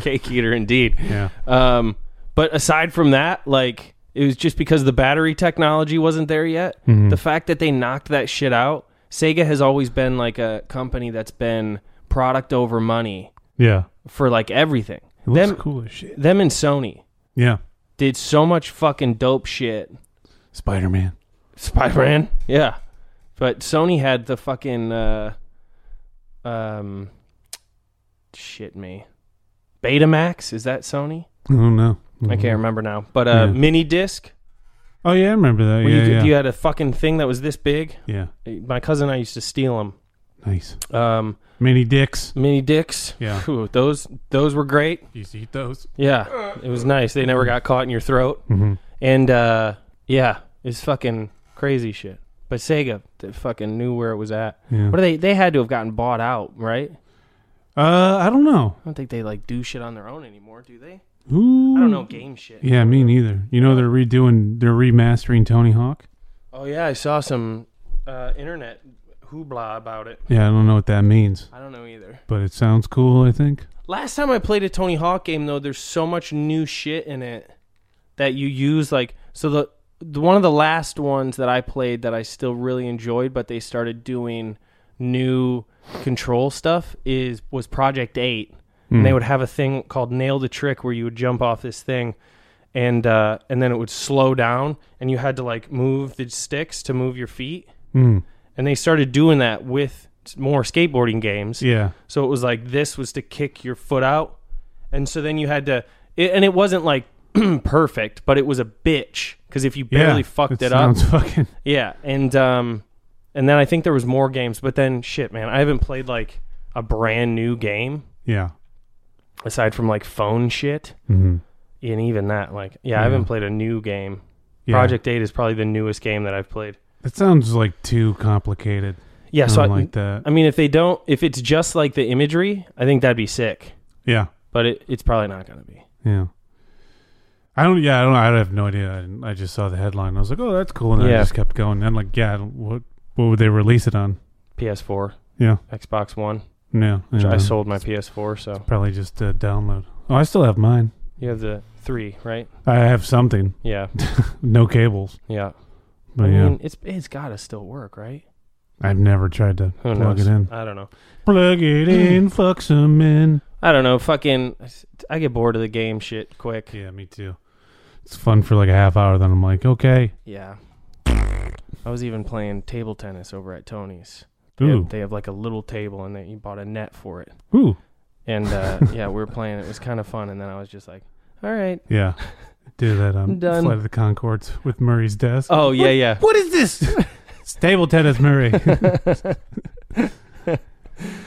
cake eater indeed. *laughs* Yeah. Um, but aside from that, like it was just because the battery technology wasn't there yet. Mm-hmm. Hmm. The fact that they knocked that shit out, Sega has always been like a company that's been product over money Yeah. for like everything. It looks them, cool as shit. them and Sony Yeah. did so much fucking dope shit. Spider Man. Spider-Man. Yeah. But Sony had the fucking uh um shit me. Betamax, is that Sony? I don't know. I can't remember now. But uh Mm-hmm. Yeah. mini disc. Oh yeah, I remember that. Where yeah, you, yeah. you had a fucking thing that was this big. yeah. My cousin and I used to steal them. Nice. Um, Mini dicks. mini dicks. Yeah. Phew, those those were great. You eat those? Yeah, it was nice. They never got caught in your throat. Mm-hmm. And uh, yeah, it's fucking crazy shit. But Sega, they fucking knew where it was at. Yeah. What do they? They had to have gotten bought out, right? I Uh, I don't know. don't think they like do shit on their own anymore, do they? Ooh. I don't know game shit. Yeah, me neither. You know they're redoing, they're remastering Tony Hawk. Oh yeah, I saw some uh, internet hoopla about it. Yeah, I don't know what that means, I don't know either. but it sounds cool. I think. Last time I played a Tony Hawk game though, there's so much new shit in it that you use like so the, the one of the last ones that I played that I still really enjoyed, but they started doing new control stuff is was Project 8. And they would have a thing called Nail the Trick where you would jump off this thing and uh, and then it would slow down and you had to like move the sticks to move your feet. And they started doing that with more skateboarding games. Yeah. So it was like this was to kick your foot out. And so then you had to, it, and it wasn't like *clears throat* perfect, but it was a bitch because if you barely yeah, fucked it up, sounds *laughs* Fucking. yeah. And um, and then I think there was more games, but then shit, man, I haven't played like a brand new game Yeah. aside from like phone shit, Mhm. and even that, like, yeah, I haven't played a new game. Yeah. Project Eight is probably the newest game that I've played. That sounds like too complicated. Yeah, so I, Kinda like that. I mean, if they don't, if it's just like the imagery, I think that'd be sick. Yeah. But it, it's probably not gonna be. Yeah. I don't. Yeah, I don't. I have no idea. I, didn't- I just saw the headline. I was like, "Oh, that's cool," and then Yeah. I just kept going. And I'm like, "Yeah, I don't- what? What would they release it on?" PS4. Yeah. Xbox One. No, which yeah. uh, I sold my PS4, so Probably just uh, download. Oh, I still have mine. you have the three, right? I have something. *laughs* Yeah, No cables. yeah. But I Oh, yeah, mean, it's it's gotta still work, right? I've never tried to Who plug knows? Hmm. it in. I don't know. Plug it in. Fuck some in. I don't know. Fucking, I get bored of the game shit quick. Yeah, me too. It's fun for like a half hour. Then I'm like, okay. Yeah. I was even playing table tennis over at Tony's. They Ooh, have, they have like a little table, and they you bought a net for it. ooh, And *laughs* uh, yeah, we were playing. It was kind of fun, and then I was just like, "All right, yeah. Do that. I'm *laughs* Um, done. Flight of the Concords with Murray's desk. oh yeah, yeah." What is this? *laughs* *laughs* it's table tennis, Murray. yeah.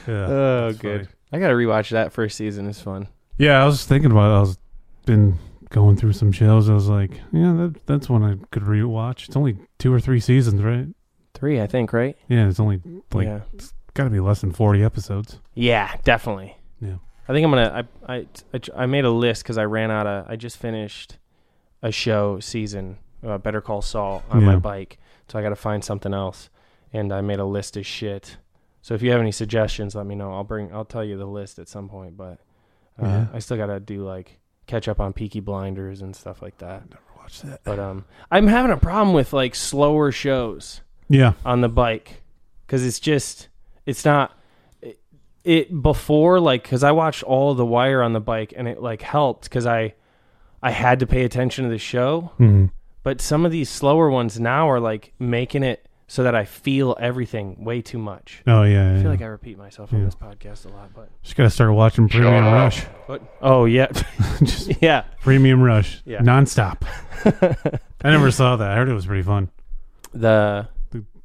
Oh, That's good. funny. I gotta rewatch that first season. It's fun. yeah, I was thinking about. It. I was been going through some shows. I was like, yeah, that, that's one I could rewatch. It's only two or three seasons, right? Three, I think, right? Yeah, it's only like yeah. got to be less than forty episodes. Yeah, definitely. Yeah. I think I'm gonna. I I I, tr- I made a list because I ran out of. I just finished a show season, uh, Better Call Saul, on my Yeah. bike, so I got to find something else, and I made a list of shit. So if you have any suggestions, let me know. I'll bring. I'll tell you the list at some point, but uh, Yeah. I still gotta do like catch up on Peaky Blinders and stuff like that. Watch that. But um, I'm having a problem with like slower shows Yeah, on the bike because it's just it's not it, it before like because I watched all the Wire on the bike and it like helped because I I had to pay attention to the show. Mm-hmm. But some of these slower ones now are like making it so that I feel everything way too much. Oh yeah, I yeah. feel like I repeat myself on this podcast a lot, but just gotta start watching Premium Rush. *laughs* but oh yeah, *laughs* Just yeah. *laughs* Premium Rush, Yeah. nonstop. I never saw that. I heard it was pretty fun. The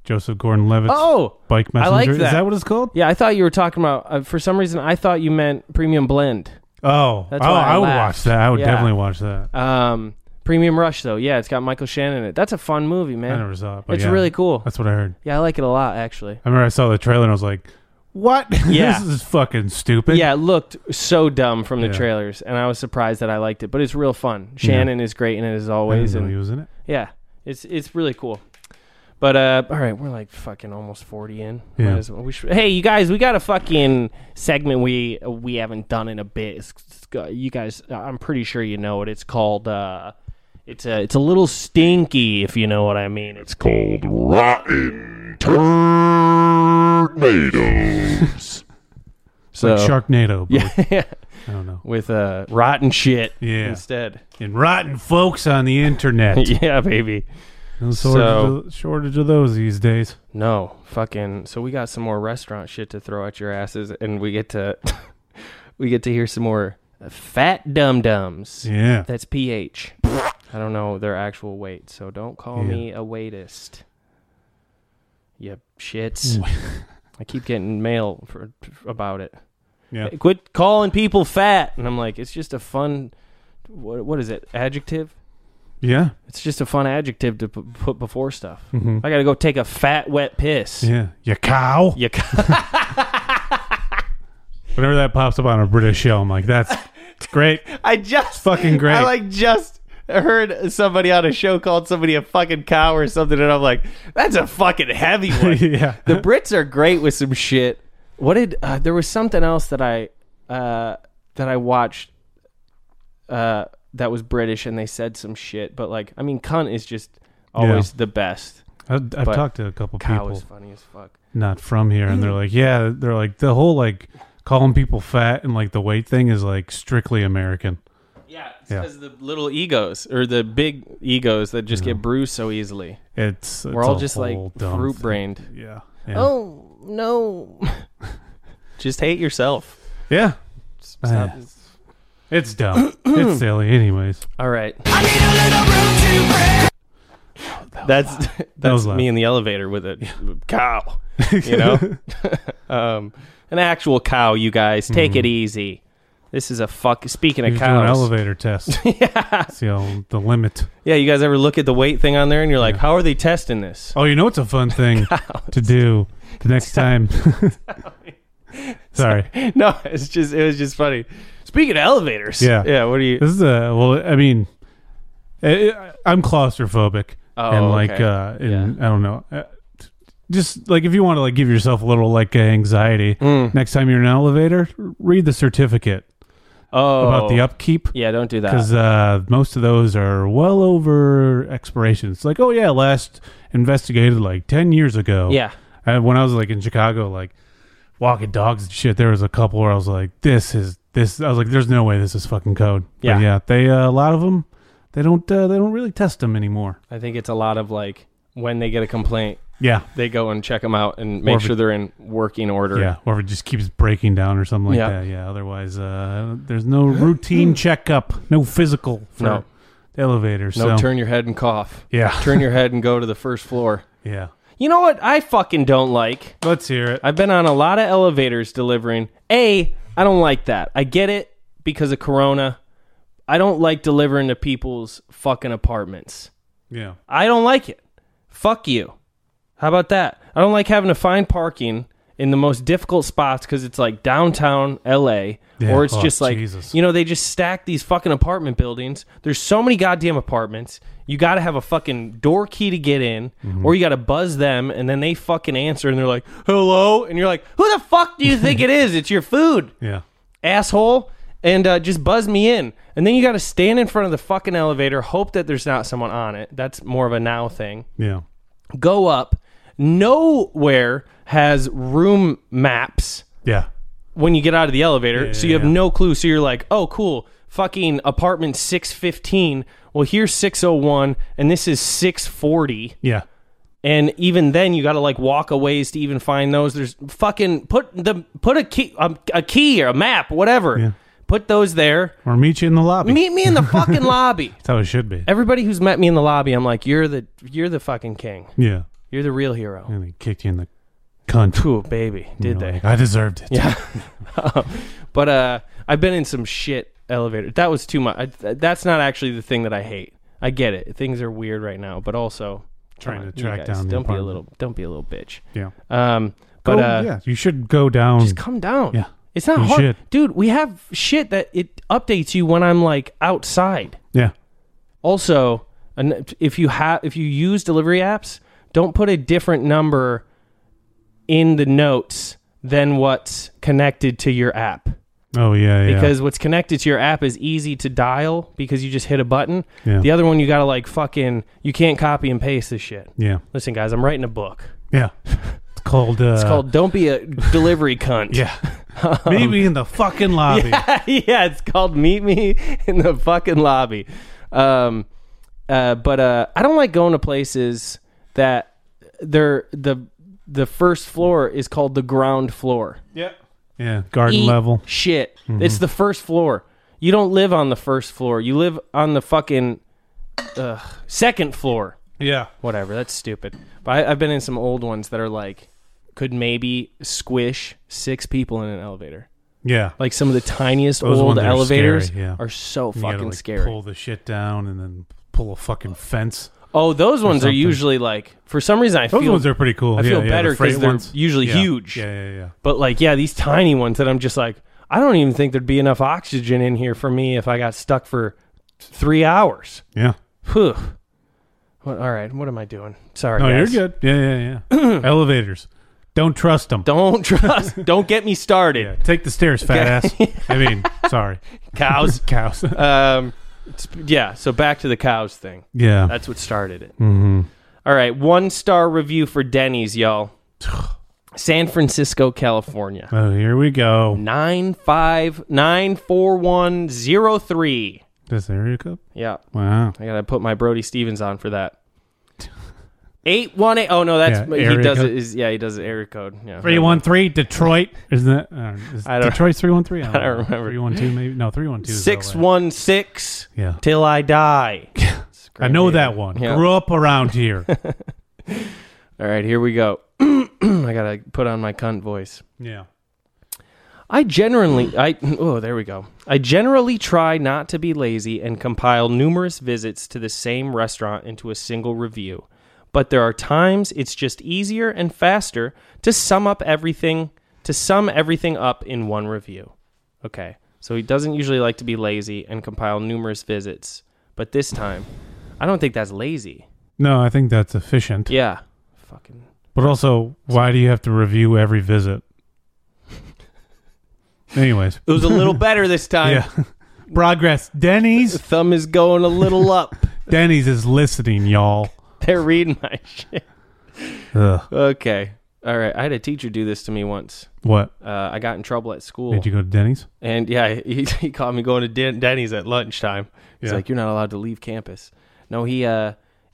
Joseph Gordon-Levitt's oh Bike I Messenger. like Is that. that what it's called? yeah, I thought you were talking about. Uh, for some reason, I thought you meant Premium Blend. Oh, That's oh, why I I, would laughed. watch that. I would Yeah. definitely watch that. Um, Premium Rush though, yeah, it's got Michael Shannon in it. That's a fun movie, man. I never saw it. But it's yeah, really cool. That's what I heard. Yeah, I like it a lot actually. I remember I saw the trailer and I was like, "What? *laughs* Yeah. this is fucking stupid." yeah, it looked so dumb from the Yeah. trailers, and I was surprised that I liked it. But it's real fun. Shannon is great in it as I didn't always, know and he was in it. yeah, it's it's really cool. But uh, all right, we're like fucking almost forty in. Might Yeah. as well- we should- hey, you guys, we got a fucking segment we we haven't done in a bit. It's, it's got- you guys, I'm pretty sure you know it. It's called. Uh, it's a it's a little stinky if you know what I mean. It's Called rotten *laughs* tornadoes. so Like Sharknado. But yeah. *laughs* yeah, I don't know. with uh, rotten shit Yeah. instead. *laughs* And rotten folks on the internet. yeah, baby. No shortage, So- of, shortage of those these days. No, fucking. So we got some more restaurant shit to throw at your asses, and we get to *laughs* we get to hear some more fat dum dums. Yeah. That's ph. I don't know their actual weight, so don't call Yeah. me a weightist. You shits. I keep getting mail for about it. Yeah. Hey, Quit calling people fat, and I'm like, it's just a fun. What what is it? Adjective. Yeah. It's just a fun adjective to p- put before stuff. I gotta go take a fat wet piss. Mm-hmm. Yeah. You cow. You c- Whenever that pops up on a British show, I'm *laughs* like, that's it's great. I just fucking great. I like just heard somebody on a show called somebody a fucking cow or something, and I'm like, that's a fucking *laughs* heavy one. *laughs* yeah. The Brits are great with some shit. What did uh, there was something else that I uh, that I watched uh, that was British, and they said some shit, but like, I mean, cunt is just always the best. I, I've But talked to a couple Cow people is Mm. funny as fuck. not from here, and they're like, yeah, they're like, the whole like calling people fat and like the weight thing is like strictly American. Yeah, it's Yeah. because the little egos or the big egos that just get bruised so easily. It's, We're it's all a just like whole dumb fruit thing. brained. Yeah. Yeah. Oh no! *laughs* just hate yourself. yeah. Eh. It's dumb. it's silly, *clears throat* anyways. All right. That's *laughs* that's was loud. me in the elevator with a *laughs* cow. *laughs* You know, *laughs* um, an actual cow. You guys, take it easy. This is a fuck. Speaking of He's Mm-hmm. doing an cows, *laughs* elevator test. yeah. See how the limit. yeah. You guys ever look at the weight thing on there and you're like, how are they testing this? Oh, you know it's a *laughs* fun thing to do the next time. *laughs* Sorry. *laughs* no, it's just it was just funny. Speaking of elevators, Yeah. yeah. What do you? This is a well. I mean, I, I- I'm claustrophobic, Oh, and like, okay. uh, and I don't know. Uh, Just like if you want to like give yourself a little like anxiety Mm. next time you're in an elevator, read the certificate Oh, about the upkeep Yeah, don't do that. because uh, most of those are well over expiration. It's like, oh yeah, last investigated like ten years ago. Yeah. And when I was like in Chicago, like walking dogs and shit, there was a couple where I was like, this is this. I was like, there's no way this is fucking code. But Yeah. yeah. They uh, a lot of them, they don't uh, they don't really test them anymore. I think it's a lot of like when they get a complaint, Yeah. they go and check them out and make if sure it- they're in working order. Yeah, or if it just keeps breaking down or something like Yeah. that. Yeah, otherwise, uh, there's no *laughs* routine checkup, no physical for No. the elevator. No, so turn your head and cough. Yeah. *laughs* turn your head and go to the first floor. yeah, You know what I fucking don't like? let's hear it. I've been on a lot of elevators delivering. A, I don't like that. I get it because of Corona. I don't like delivering to people's fucking apartments. yeah, I don't like it. Fuck you. How about that? I don't like having to find parking in the most difficult spots because it's like downtown LA Yeah. or it's Oh, just like, Jesus. you know, they just stack these fucking apartment buildings. There's so many goddamn apartments. You got to have a fucking door key to get in Mm-hmm. or you got to buzz them and then they fucking answer and they're like, hello. And you're like, who the fuck do you think it is? It's your food yeah. asshole, and uh, just buzz me in. And then you got to stand in front of the fucking elevator, hope that there's not someone on it. That's more of a now thing. Yeah. Go up. Nowhere has room maps Yeah. when you get out of the elevator, so you have Yeah. no clue. So you're like, oh, cool, fucking apartment six fifteen. Well, here's six oh one, and this is six forty. Yeah. And even then, you got to like walk a ways to even find those. There's fucking put the put a key a, a key or a map, whatever. Yeah. Put those there. Or meet you in the lobby. Meet me in the fucking lobby. That's how it should be. Everybody who's met me in the lobby, I'm like, you're the you're the fucking king. yeah. You're the real hero. And they kicked you in the cunt. Ooh, baby, did they? You're *laughs* like, I deserved it. Yeah. but uh, I've been in some shit elevator. That was too much. I, th- that's not actually the thing that I hate. I get it. Things are weird right now, but also Trying come to you track guys, down Don't the be a apartment. little. Don't be a little bitch. Yeah. Um, Go- but uh, yeah, you should go down. just come down. Yeah. It's not You hard, should. dude. We have shit that it updates you when I'm like outside. yeah. Also, an- if you have if you use delivery apps, don't put a different number in the notes than what's connected to your app. Oh yeah. Yeah. Because what's connected to your app is easy to dial because you just hit a button. Yeah. The other one you gotta like fucking you can't copy and paste this shit. yeah. Listen, guys, I'm writing a book. Yeah. It's called. Uh, It's called "Don't Be a Delivery Cunt." *laughs* *laughs* Yeah. Maybe in the fucking lobby. yeah, it's called Meet Me in the fucking lobby. Um, uh, but uh, I don't like going to places that they're the the first floor is called the ground floor. Yeah, garden Eat level. shit. It's the first floor. You don't live on the first floor. You live on the fucking uh, second floor. Yeah. Whatever. That's stupid. But I, I've been in some old ones that are like could maybe squish six people in an elevator. Yeah. Like some of the tiniest Those old ones are elevators scary, yeah. are so You gotta, fucking like, scary. Pull the shit down and then pull a fucking fence. oh, those ones are something. usually like for some reason I Those feel ones are pretty cool. I Yeah, feel yeah, the better freight because they're ones. usually Yeah. huge. Yeah, yeah, yeah. But like yeah, these tiny ones that I'm just like I don't even think there'd be enough oxygen in here for me if I got stuck for three hours. Yeah. Whew. What, all right, what am I doing? Sorry, No, guys. you're good. Yeah, yeah, *clears throat* yeah. Elevators. Don't trust them. Don't *laughs* trust. don't get me started, Yeah, take the *laughs* stairs, fat ass. I mean, sorry. cows. *laughs* Cows. Um, it's- yeah. So back to the cows thing. yeah. That's what started it. Mm-hmm. right, one star review for Denny's, *sighs* y'all. San Francisco, California. oh, here we Mm. go. Nine five nine four one zero three. This area cup. Yeah, Wow. I gotta put my Brody Stevens on for *laughs* that. Eight one eight. Oh no, that's Yeah, he area does code. it. Is yeah, he does it area code. Yeah, 313 Detroit. Isn't that? Uh, is I don't- Detroit's *laughs* 313? I don't remember. 312 maybe? No, 312. is six LA. one six. Yeah. till I die. It's *laughs* I great, know baby. that one. Yeah. Grew up *laughs* around here. All right, here we go. *clears throat* I gotta put on my cunt voice. yeah. I generally I oh there we go. I generally try not to be lazy and compile numerous visits to the same restaurant into a single review. But there are times it's just easier and faster to sum up everything to sum everything up in one review. Okay. So he doesn't usually like to be lazy and compile numerous visits, but this time I don't think that's lazy. No, I think that's efficient. Yeah. Fucking But also, why do you have to review every *laughs* visit? Anyways, It was a little better this *laughs* time. yeah. *laughs* Progress. Denny's. Thumb is going a little up. Denny's is listening, y'all. *laughs* They're reading my shit. Ugh. Okay. All right. I had a teacher do this to me once. What? Uh, I got in trouble at school. Did you go to Denny's? And yeah, *laughs* he, he caught me going to Den- Denny's at lunchtime. He's Yeah. like, "You're not allowed to leave campus." No, he uh,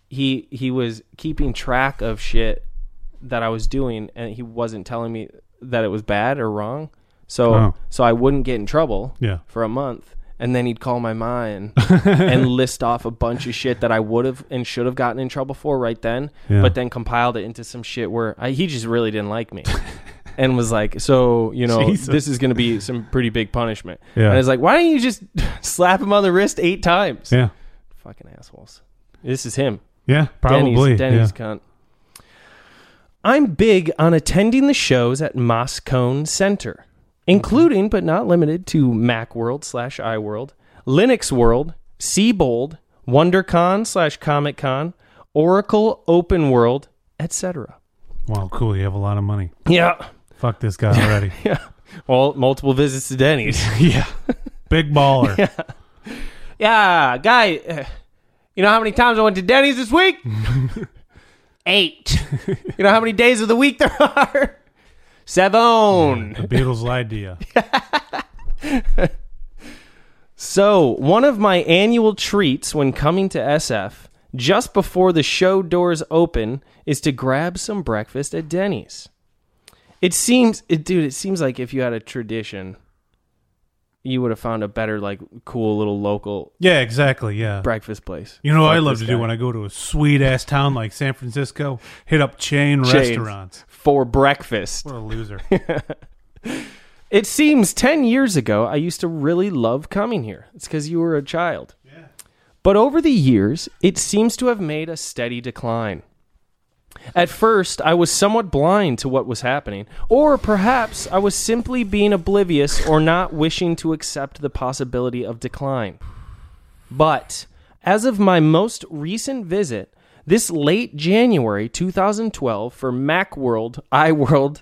he he was keeping track of shit that I was doing, and he wasn't telling me that it was bad or wrong. So Oh. so I wouldn't get in trouble. Yeah. for a month. And then he'd call my *laughs* mind and list off a bunch of shit that I would have and should have gotten in trouble for right then, Yeah. but then compiled it into some shit where I, he just really didn't like *laughs* me. and was like, so you know, Jesus. this is going to be some pretty big punishment. Yeah. And I was like, why don't you just *laughs* slap him on the wrist eight times? Yeah. Fucking assholes. This is him. Yeah. Denny's, Probably. Denny's yeah. cunt. I'm big on attending the shows at Moscone Center, including but not limited to Macworld slash iWorld, Linux World, Seabold, WonderCon slash Comic Con, Oracle Open World, etc. Wow. Cool. You have a lot of money. Yeah. Fuck *laughs* this guy already. Well, multiple visits to Denny's. yeah. *laughs* Big baller. *laughs* yeah, guy. uh, You know how many times I went to Denny's this *laughs* week? Eight. you know how many days of the week there *laughs* are? Savone. Oh, The Beatles lied to you. So, one of my annual treats when coming to SF just before the show doors open is to grab some breakfast at Denny's. It seems, it, dude, it seems like if you had a tradition, you would have found a better, like, cool little local Yeah, exactly. Yeah. breakfast place. You know what I Fuck love this to guy. do when I go to a sweet ass town like San Francisco? Hit up chain Chains. restaurants. For breakfast. What *laughs* a loser. It seems 10 years ago, I used to really love coming here. It's because you were a child. But over the years, it seems to have made a steady decline. At first, I was somewhat blind to what was happening, or perhaps I was simply being oblivious or not wishing to accept the possibility of decline. But as of my most recent visit, this late January 2012 for Macworld, iWorld,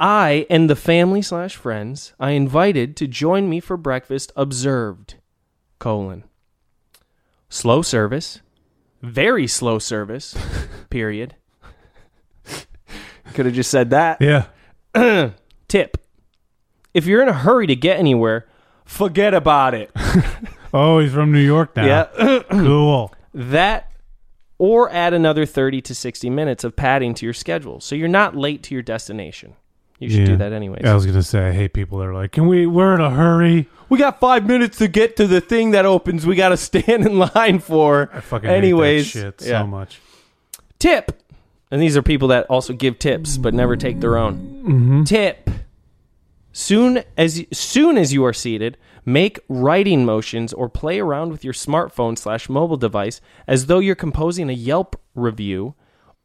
I and the family slash friends I invited to join me for breakfast observed colon slow service, very slow *laughs* service, period. Could have just said that. yeah. Tip: If you're in a hurry to get anywhere, forget about it. Oh, he's from New York now. *clears throat* cool. that or add another 30 to 60 minutes of padding to your schedule so you're not late to your destination. You should do that anyways. I was gonna say I hate people that are like, "Can we? We're in a hurry." we got five minutes to get to the thing that opens. We got to *laughs* stand in line for. I fucking Anyways, hate that shit yeah. so much. Tip, and these are people that also give tips but never take their own. Mm-hmm. Tip: soon as soon as you are seated, make writing motions or play around with your smartphone slash mobile device as though you're composing a Yelp review.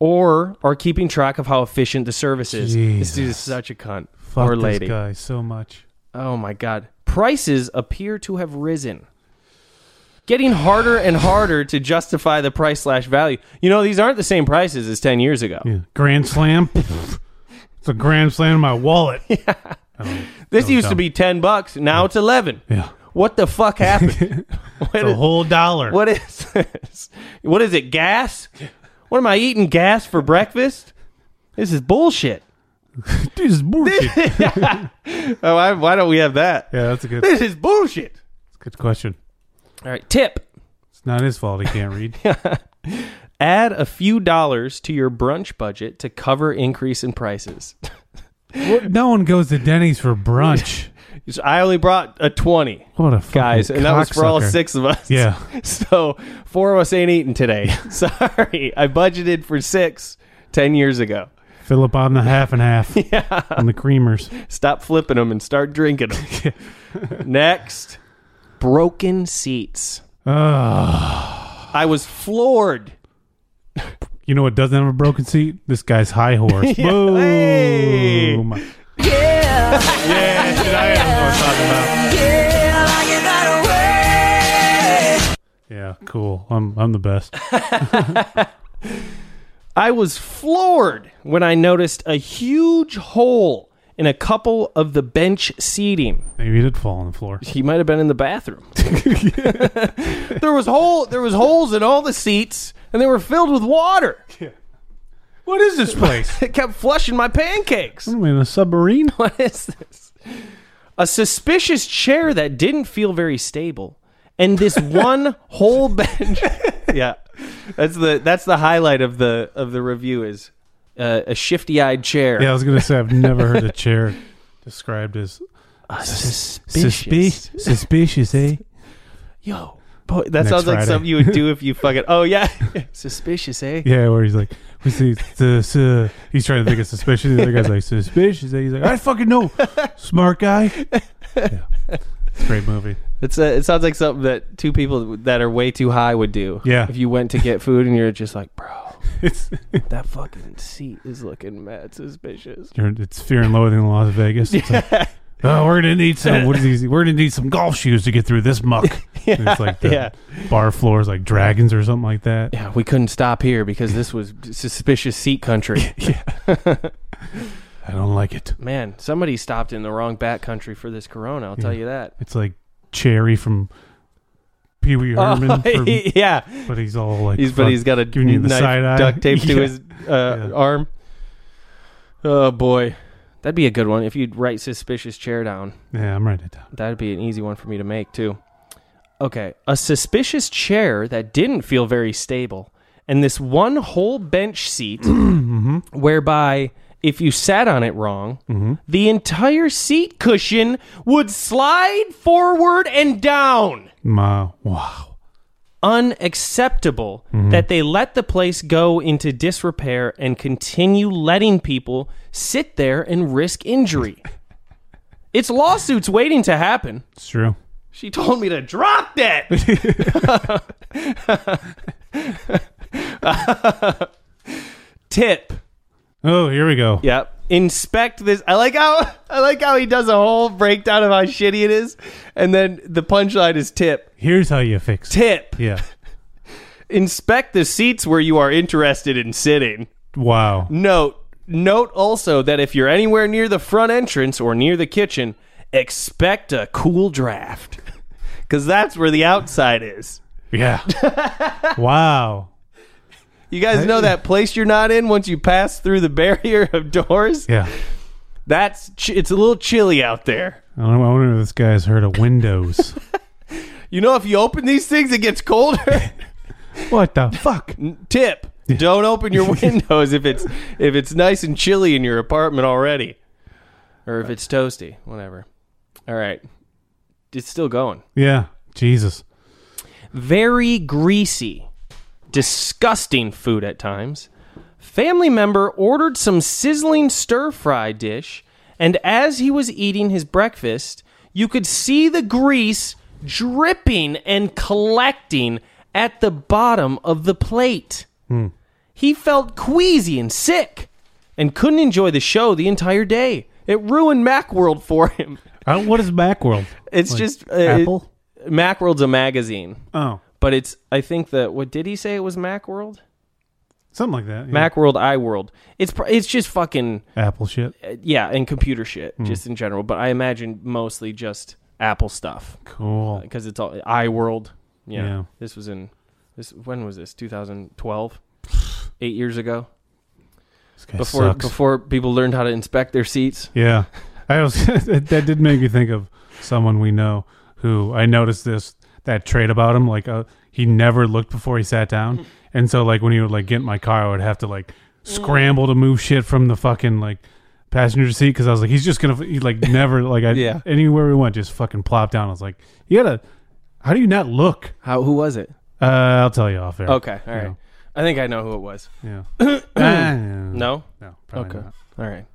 Or are keeping track of how efficient the service is. This dude is such a cunt. Fuck or this lady. guy so much. Oh my God. Prices appear to have risen. Getting harder and harder to justify the price slash value. You know, these aren't the same prices as 10 years ago. Yeah. Grand slam. *laughs* it's a grand slam in *laughs* my wallet. this used to dumb. be 10 bucks. Now it's 11. Yeah. What the fuck *laughs* happened? what, The is, whole dollar. what is this? What is it? Gas? What am I eating gas for breakfast? This is bullshit. *laughs* This is *laughs* bullshit. yeah, Oh, I, why don't we have that? that's a good, This is bullshit. good question. All right, tip. It's not his fault he *laughs* can't read. Add a few dollars to your brunch budget to cover increase in prices. What- no one goes to Denny's *laughs* for brunch. So I only brought a 20, What a fucking guys, and that was for all cocksucker. six of us. Yeah. *laughs* So four of us ain't eating today. *laughs* *laughs* Sorry. I budgeted for six 10 years ago. Philip on the half *laughs* and half. yeah. On the creamers. Stop flipping them and start drinking *laughs* them. *laughs* Next, broken seats. Ugh. I was floored. You know what doesn't have a broken seat? This guy's high *laughs* horse. Boom. Hey. Yeah, cool. I'm I'm the best. I was floored when I noticed a huge hole in a couple of the bench seating. Maybe he did fall on the floor. he might have been in the *laughs* bathroom. there was hole there was holes in all the seats and they were filled with water. What is *laughs* this *laughs* place? It kept flushing my *laughs* pancakes. I'm *laughs* in a submarine. What is this? A suspicious chair that didn't feel very stable and *laughs* this one whole bench. *laughs* yeah. That's the that's the highlight of the of the review is uh, a shifty-eyed chair. Yeah, I was gonna say I've never heard a chair described as Suspicious. suspicious. Suspicious, eh? Yo. Boy, that Next sounds like Friday. something you would *laughs* do if you fucking Oh yeah. suspicious, eh? Yeah, where he's like, we see, su- su- he's trying to think of suspicious. The other guy's like, suspicious. eh? He's like, I fucking know, smart guy. Yeah. It's a great movie. It's a, it sounds like something that two people that are way too high would do. Yeah. If you went to get food and you're just like, bro, *laughs* It's that fucking seat is looking mad suspicious. you're- it's Fear and Loathing in Las Vegas. It's like, oh, we're gonna need some. What is these? We're gonna need some golf shoes to get through this muck. And it's like the *laughs* yeah. bar floors like dragons or something like that. Yeah, we couldn't stop here because *laughs* this was suspicious seat country. I don't like it. Man, somebody stopped in the wrong back country for this corona, I'll tell you *laughs* that. It's like Cherry from Pee Wee *laughs* Herman, from- yeah. but he's all like, Oh, He's, but fuck- he's got a giving you the knife *laughs* side eye. duct taped to Yeah. his uh, Yeah. arm. Oh, boy. That'd be a good one if you'd write suspicious chair down. Yeah, I'm writing it down. That'd be an easy one for me to make too. Okay, a suspicious chair that didn't feel very stable, and this one whole bench *clears throat* seat, Mm-hmm. whereby if you sat on it wrong, the entire seat cushion would slide forward and down. Ma, wow. Unacceptable that they let the place go into disrepair and continue letting people sit there and risk injury. it's lawsuits waiting to happen. It's true. She told me to drop that. *laughs* Tip. Oh, here we go. Yep. Inspect this. I like how I like how he does a whole breakdown of how shitty it is, and then the punchline is tip. Here's how you fix it. Tip. Yeah. Inspect the seats where you are interested in sitting. Wow. Note note also that if you're anywhere near the front entrance or near the kitchen, expect a cool draft. *laughs* Cause that's where the outside is. Yeah. wow. You guys know that place you're not in once you pass through the *laughs* barrier of doors? Yeah. That's ch- it's a little chilly out there. I don't know. I wonder if this guy's heard of Windows. You know if you open these things it gets colder. *laughs* what the fuck? Tip: Don't open your windows if it's if it's nice and chilly in your apartment already or if it's toasty, whatever. All right. It's still going. Yeah. Jesus. very greasy, disgusting food at times. Family member ordered some sizzling stir fry dish, and as he was eating his breakfast, you could see the grease dripping and collecting at the bottom of the plate. He felt queasy and sick and couldn't enjoy the show the entire day. It ruined Macworld for him. Uh, what is Macworld? It's just uh, it- Apple? Macworld's a magazine Oh, but it's I think that what did he say it was Macworld? something like that. Yeah. Macworld, iWorld. It's pr- it's just fucking Apple shit. uh, yeah, and computer shit Hmm. just in general. But I imagine mostly just Apple stuff Cool. because it's all iWorld. Yeah, Oh. Yeah. this was in this when was this *sighs* 2012, eight years ago This guy before sucks. before people learned how to inspect their seats. Yeah, I was. *laughs* that that did make me think of someone we know who I noticed this that trait about him. Like, uh, he never looked before he sat Mm. down, and so like when he would like get in my car, I would have to like scramble to move shit from the fucking like passenger seat because I was like, he's just gonna he like never like *laughs* I Yeah. anywhere we went just fucking plop down. I was like, you gotta. How do you not look? How who was it? Uh, I'll tell you off air. Okay, all right. Yeah. I think I know who it was. Yeah. *coughs* Ah, yeah. No, No. Probably Okay. Not. All right.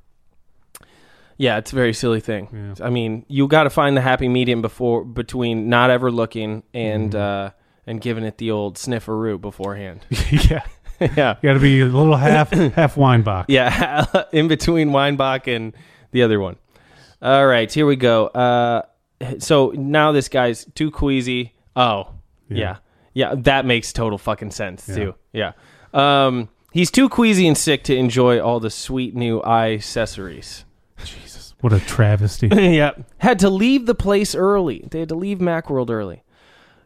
Yeah, it's a very silly thing. Yeah. I mean, you got to find the happy medium before between not ever looking and uh, and giving it the old snifferoo beforehand. *laughs* *laughs* yeah. yeah, You got to be a *coughs* little half half wine box. yeah, *laughs* in between Weinbach and the other one. All right, here we go. Uh, so now this guy's too queasy. Oh, yeah. yeah, that makes total fucking sense too. Yeah, um, he's too queasy and sick to enjoy all the sweet new eye accessories. Jesus, what a *laughs* travesty. *laughs* yep. Had to leave the place early. They had to leave Macworld early.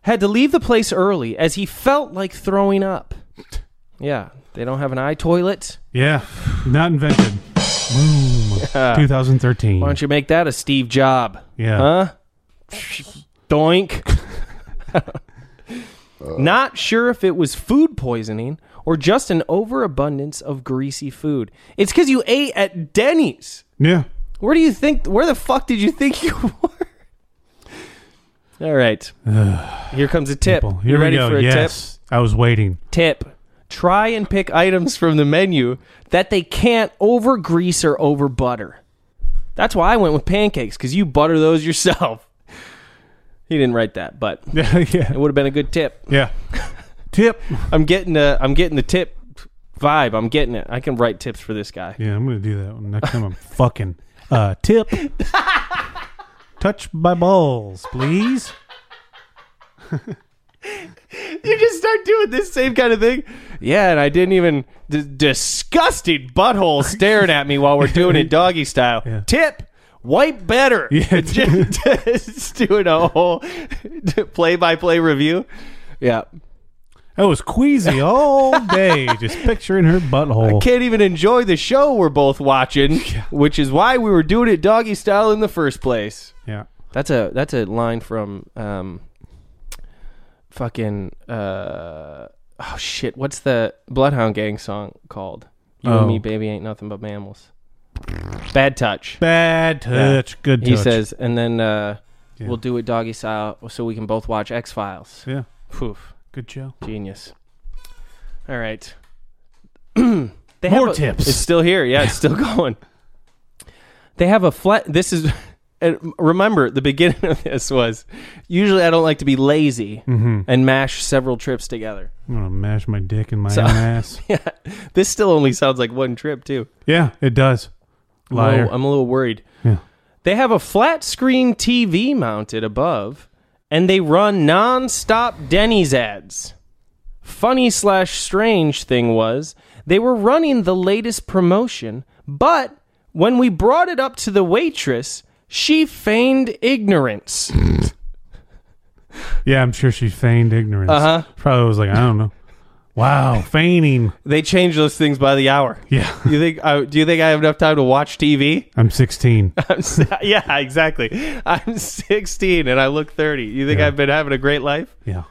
Had to leave the place early as he felt like throwing up. Yeah, they don't have an eye toilet. Yeah, not invented. Boom. 2013. Why don't you make that a Steve job? Yeah. Huh? Doink. Not sure if it was food poisoning or just an overabundance of greasy food. It's because you ate at Denny's. Yeah. Where do you think? Where the fuck did you think you *laughs* were? All *sighs* right. Here comes a tip. Well, you here ready we go. for a yes, I *laughs* was waiting. tip? Tip. Try and pick items from the menu that they can't over grease or over butter. That's why I went with pancakes because you butter those yourself. *laughs* He didn't write that, but it yeah. would have been a good tip. Yeah. Tip. I'm getting a, I'm getting the tip vibe. I'm getting it. I can write tips for this guy. Yeah, I'm gonna do that one next *laughs* time. I'm fucking uh, tip. Touch my balls, please. you *laughs* just start doing this same kind of thing. Yeah, and I didn't even d- disgusting *laughs* butthole staring at me while we're doing it doggy style. Yeah. Tip. Wipe better. Yeah. *laughs* just, *laughs* just doing a whole play by play review. Yeah. That was queasy all day, just picturing her butthole. Can't even enjoy the show we're both *laughs* watching, which is why we were doing it doggy style in the first place. Yeah. That's a that's a line from um, fucking uh, oh shit. What's the Bloodhound Gang song called? You Oh. and me, baby, ain't nothing but mammals. Bad touch. Bad touch, good touch. He says, and then uh, Yeah. we'll do it doggy style so we can both watch X Files. Yeah. Poof, Good show. genius. All right. *clears throat* They have More a- tips. It's still here. Yeah, it's still *laughs* going. They have a flat. This is. *laughs* And remember, the beginning *laughs* of this was usually I don't like to be lazy Mm-hmm. and mash several trips together. *laughs* I'm gonna mash my dick in my own ass. Yeah, this still only sounds like one trip too. Yeah, it does. Liar. Whoa, I'm a little worried. Yeah. They have a flat screen TV mounted above, and they run non-stop Denny's ads. Funny slash strange thing was they were running the latest promotion, but when we brought it up to the waitress, she feigned ignorance. yeah, I'm sure she feigned ignorance. Uh-huh. Probably was like, I don't know. *laughs* Wow, feigning. they change those things by the hour. Yeah. You think? I do you think I have enough time to watch TV? I'm 16. *laughs* I'm, s- yeah, exactly. I'm 16 and I look 30. You think Yeah. I've been having a great life? Yeah.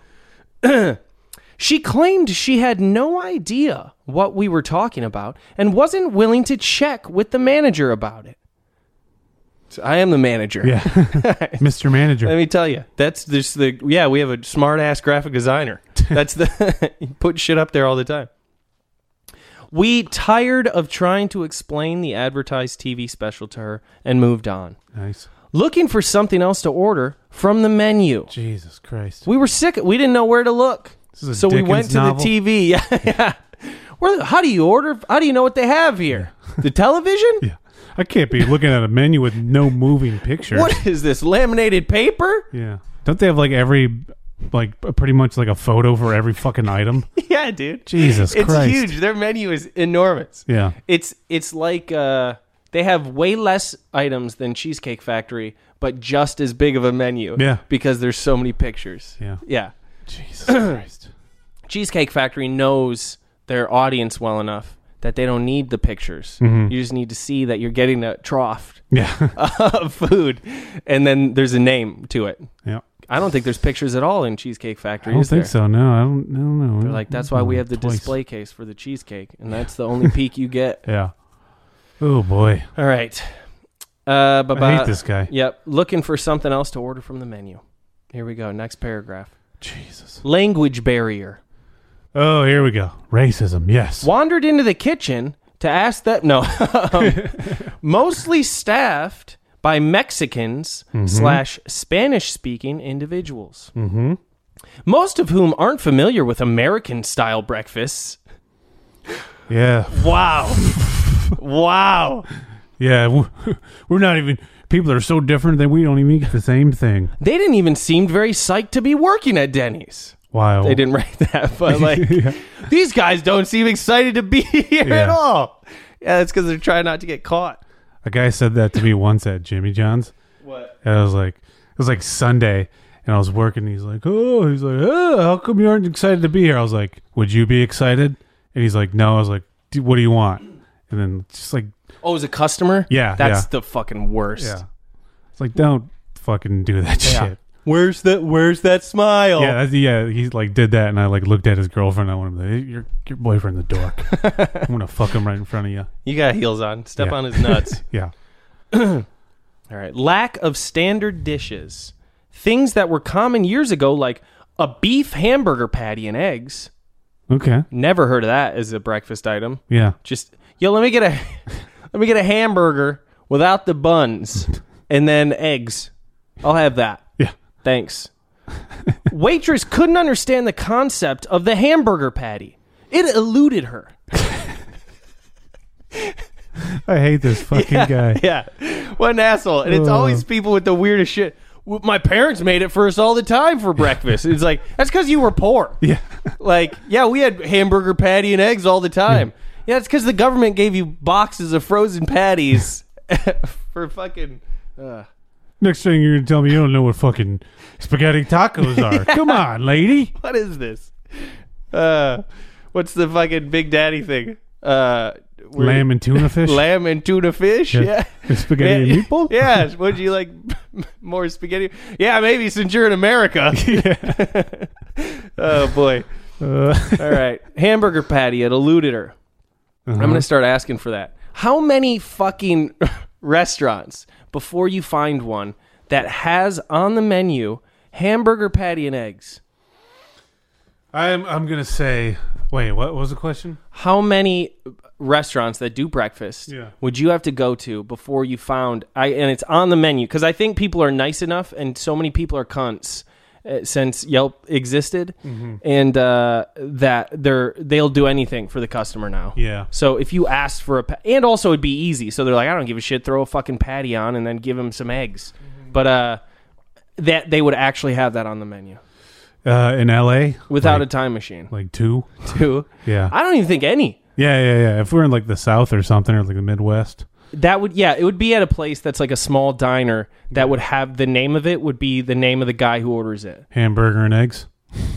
She claimed she had no idea what we were talking about and wasn't willing to check with the manager about it. So I am the manager. Yeah. Mr. Manager. Let me tell you, that's just the yeah. We have a smart ass graphic designer. That's the *laughs* you put shit up there all the time. We tired of trying to explain the advertised TV special to her and moved on. nice. looking for something else to order from the menu. Jesus Christ. We were sick. We didn't know where to look. is a so we Dickens went to novel. the TV. *laughs* Yeah, yeah. Where, how do you order? How do you know what they have *laughs* here? The television? Yeah. I can't be looking at a menu with no moving pictures. What is this? Laminated paper? Yeah. Don't they have like every, like pretty much like a photo for every *laughs* fucking item? *laughs* Yeah, dude. Jesus it's Christ. huge. Their menu is enormous. Yeah. It's it's like uh, they have way less items than Cheesecake Factory, but just as big of a menu. Yeah. Because there's so many pictures. Yeah. Yeah. Jesus Christ. Cheesecake Factory knows their audience well enough that they don't need the pictures. Mm-hmm. You just need to see that you're getting a trough *clears throat* *laughs* Yeah. Uh, of food, and then there's a name to it. *laughs* yeah. I don't think there's pictures at all in Cheesecake Factory. I don't is think there? so. No, I don't, I don't know. They're like that's why we have the Twice. display case for the cheesecake, and that's the only peak you *laughs* get. Yeah. Oh boy. All right. Uh, bye I hate this guy. Yep. Looking for something else to order from the menu. Here we go. Next paragraph. Jesus. Language barrier. Oh, here we go. Racism. Yes. wandered into the kitchen to ask that no *laughs* Um, mostly staffed by mexicans slash spanish speaking individuals mm-hmm. most of whom aren't familiar with american style breakfasts Yeah. wow wow Yeah. we- *laughs* We're not even. People are so different that we don't even eat the same thing. they didn't even seem very psyched to be working at denny's Wow. they didn't write *laughs* that but like these guys don't seem excited to be *laughs* here at Yeah. all yeah that's because they're trying not to get caught A guy said that to me once at Jimmy John's. What? And I was like, it was like Sunday, and I was working. And he's like, oh, he's like, oh, how come you aren't excited to be here? I was like, would you be excited? And he's like, no. I was like, "D- what do you want? And then just like, oh as a customer Yeah, that's yeah. the fucking worst yeah, it's like don't fucking do that shit. Where's that? Where's that smile? Yeah, that's, yeah, he like did that, and I like looked at his girlfriend. I wanted to, your your boyfriend's a dork. *laughs* I'm gonna fuck him right in front of you. you got heels on. Step Yeah. on his nuts. Yeah, *laughs* All right. Lack of standard dishes. Things that were common years ago, like a beef hamburger patty and eggs. okay, Never heard of that as a breakfast item. yeah, Just yo, let me get a *laughs* let me get a hamburger without the buns and then eggs. I'll have that. yeah, *laughs* Thanks. Waitress couldn't understand the concept of the hamburger patty. It eluded her. I hate *laughs* this fucking guy. yeah. What an asshole. And it's Ugh. always people with the weirdest shit. "Well, My parents made it for us all the time for breakfast. It's like, that's because you were poor. *laughs* Yeah, Like, yeah, we had hamburger patty and eggs all the time. Yeah, it's because the government gave you boxes of frozen patties *laughs* for fucking. Uh, Next thing you're gonna tell *laughs* me you don't know what fucking spaghetti tacos are. Come on, lady. what is this? Uh, what's the fucking Big Daddy thing? Uh, we're- Lamb and tuna fish. lamb and tuna fish. Yeah. Yeah, Spaghetti Man, and meatball? *laughs* Yeah, would you like *laughs* more spaghetti? Yeah, maybe since you're in *laughs* America. *laughs* oh boy. Uh, *laughs* All right, hamburger patty. It eluded her. Uh-huh. I'm gonna start asking for that. How many fucking *laughs* restaurants before you find one that has on the menu hamburger patty and eggs? I'm I'm gonna say. Wait, what was the question? How many restaurants that do breakfast Yeah. would you have to go to before you found I and it's on the menu because I think people are nice enough and so many people are cunts uh, since Yelp existed Mm-hmm. and uh, that they're they'll do anything for the customer now. Yeah. So if you asked for a pa- and also it'd be easy. So they're like, I don't give a shit. Throw a fucking patty on and then give him some eggs. Mm-hmm. But uh, that they would actually have that on the menu Uh, in L.A. without a time machine. like two. Too. Yeah. I don't even think any. yeah, yeah, yeah. If we're in like the South or something, or like the Midwest. That would yeah, it would be at a place that's like a small diner that would have the name of it would be the name of the guy who orders it. hamburger and eggs.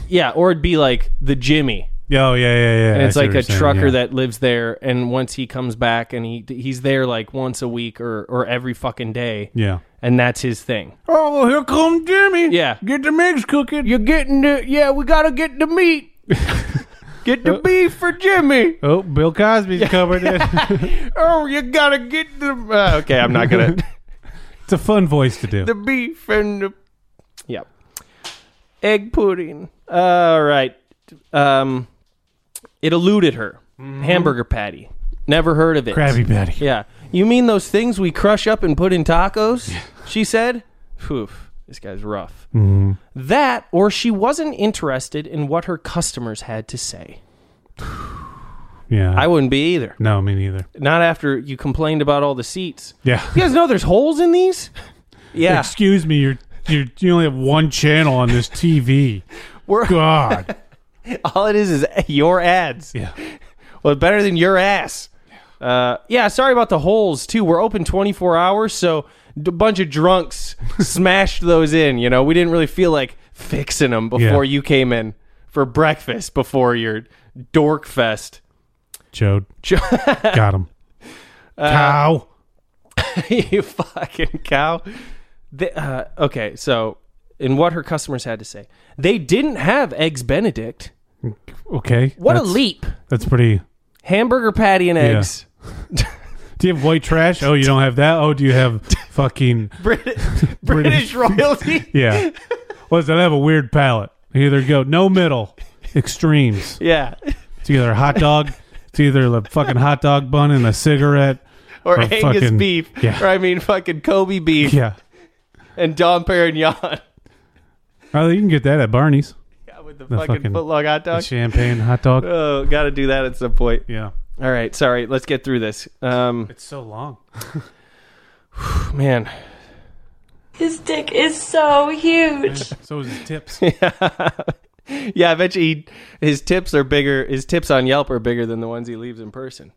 Yeah, or it'd be like the Jimmy. Oh yeah, yeah, yeah. And it's I see like what you're a saying, trucker yeah. that lives there and once he comes back and he he's there like once a week or or every fucking day Yeah. and that's his thing. Oh, here comes Jimmy. Yeah. Get the eggs cooking. You're getting the yeah, we got to get the *laughs* meat. get the beef for Jimmy. Oh, Bill Cosby's covered *laughs* it. Oh, you got to get the uh, Okay, I'm not going to it's a fun voice to do. the beef and the yep egg pudding all right um it eluded her Mm-hmm. hamburger patty never heard of it Krabby Patty. yeah you mean those things we crush up and put in tacos she said Oof, this guy's rough Mm-hmm. that or she wasn't interested in what her customers had to say Yeah. i wouldn't be either no, me neither. not after you complained about all the seats Yeah. you guys know there's holes in these yeah *laughs* Excuse me, you're, you're you only have one channel on this TV. *laughs* We're- *laughs* God. all it is is your ads Yeah. Well, better than your ass. Uh, yeah, sorry about the holes too. We're open 24 hours, so a bunch of drunks smashed those in. You know, we didn't really feel like fixing them before Yeah. you came in for breakfast before your dork fest. *laughs* Chode. Jo- *laughs* Got him. Uh, Cow. you fucking cow. They, uh, okay, so and what her customers had to say, they didn't have eggs Benedict. Okay. What that's, a leap! That's pretty. Hamburger patty and eggs. Do you have white trash? Oh, you don't have that? Oh, do *laughs* you have fucking. Brit- *laughs* British royalty. *laughs* Yeah. Listen, I have a weird palate. Either go no middle, extremes. yeah. It's either a hot dog. It's either a fucking hot dog bun and a cigarette. or, Or Angus fucking- beef, yeah. or I mean fucking Kobe beef Yeah. and Dom Perignon *laughs* Oh, you can get that at Barney's. Yeah, with the, The fucking, fucking- footlong hot A dog. champagne hot dog. Oh, got to do that at some point. Yeah. All right, sorry, let's get through this. Um, It's so long. *laughs* man, His dick is so huge. So is his tips. *laughs* yeah, I bet you he, his tips are bigger. His tips on Yelp are bigger than the ones he leaves in person.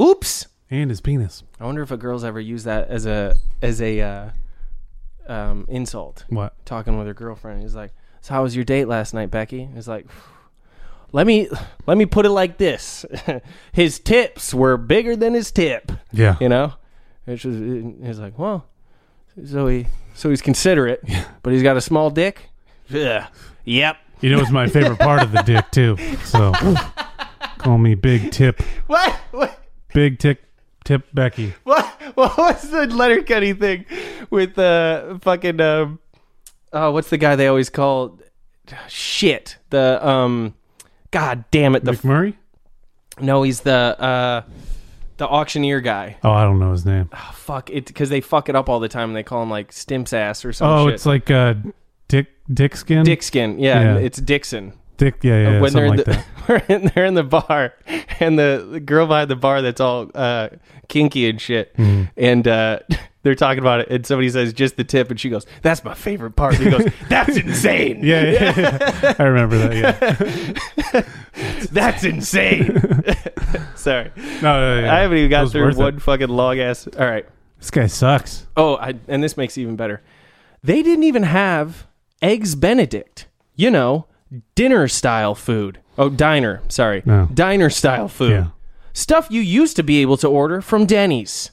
Oops. and his penis. Mm-hmm. I wonder if a girl's ever used that as a as a uh, um, insult. What? talking with her girlfriend. He's like, "So how was your date last night, Becky?" He's like, "Let me let me put it like this: *laughs* his tips were bigger than his tip." Yeah. You know, it's just he's like, "Well, so he so he's *laughs* considerate, but he's got a small dick." Yeah. Yep. You know, it's my favorite part of the dick, too. So call me Big Tip. What? What? Big Tip. Tip Becky. What? What was the Letterkenny thing with uh, fucking um? Oh, what's the guy they always call? Shit. The um. God damn it! The McMurray? No, he's the uh, the auctioneer guy. Oh, I don't know his name. Oh, fuck it, because they fuck it up all the time. and They call him like Stimp's ass or something. Oh, it's like uh, Dick Dick Skin? Dickskin. Yeah, Yeah. it's Dixon. Dick, yeah, yeah, when they're something in like the *laughs* that. we're in, they're in the bar, and the, the girl behind the bar that's all uh, kinky and shit, Mm-hmm. and uh, *laughs* they're talking about it, and somebody says just the tip, and she goes, "That's my favorite part." And he *laughs* goes, "That's insane. Yeah, yeah, *laughs* yeah. I remember that, yeah. That's *laughs* insane." *laughs* Sorry, No, no, yeah. I haven't even It got was through worth it. one fucking long ass. All right. This guy sucks. Oh, I, and this makes it even better. They didn't even have eggs Benedict. You know, dinner style food. Oh, diner, sorry. No. Diner style food. Yeah. Stuff you used to be able to order from Denny's.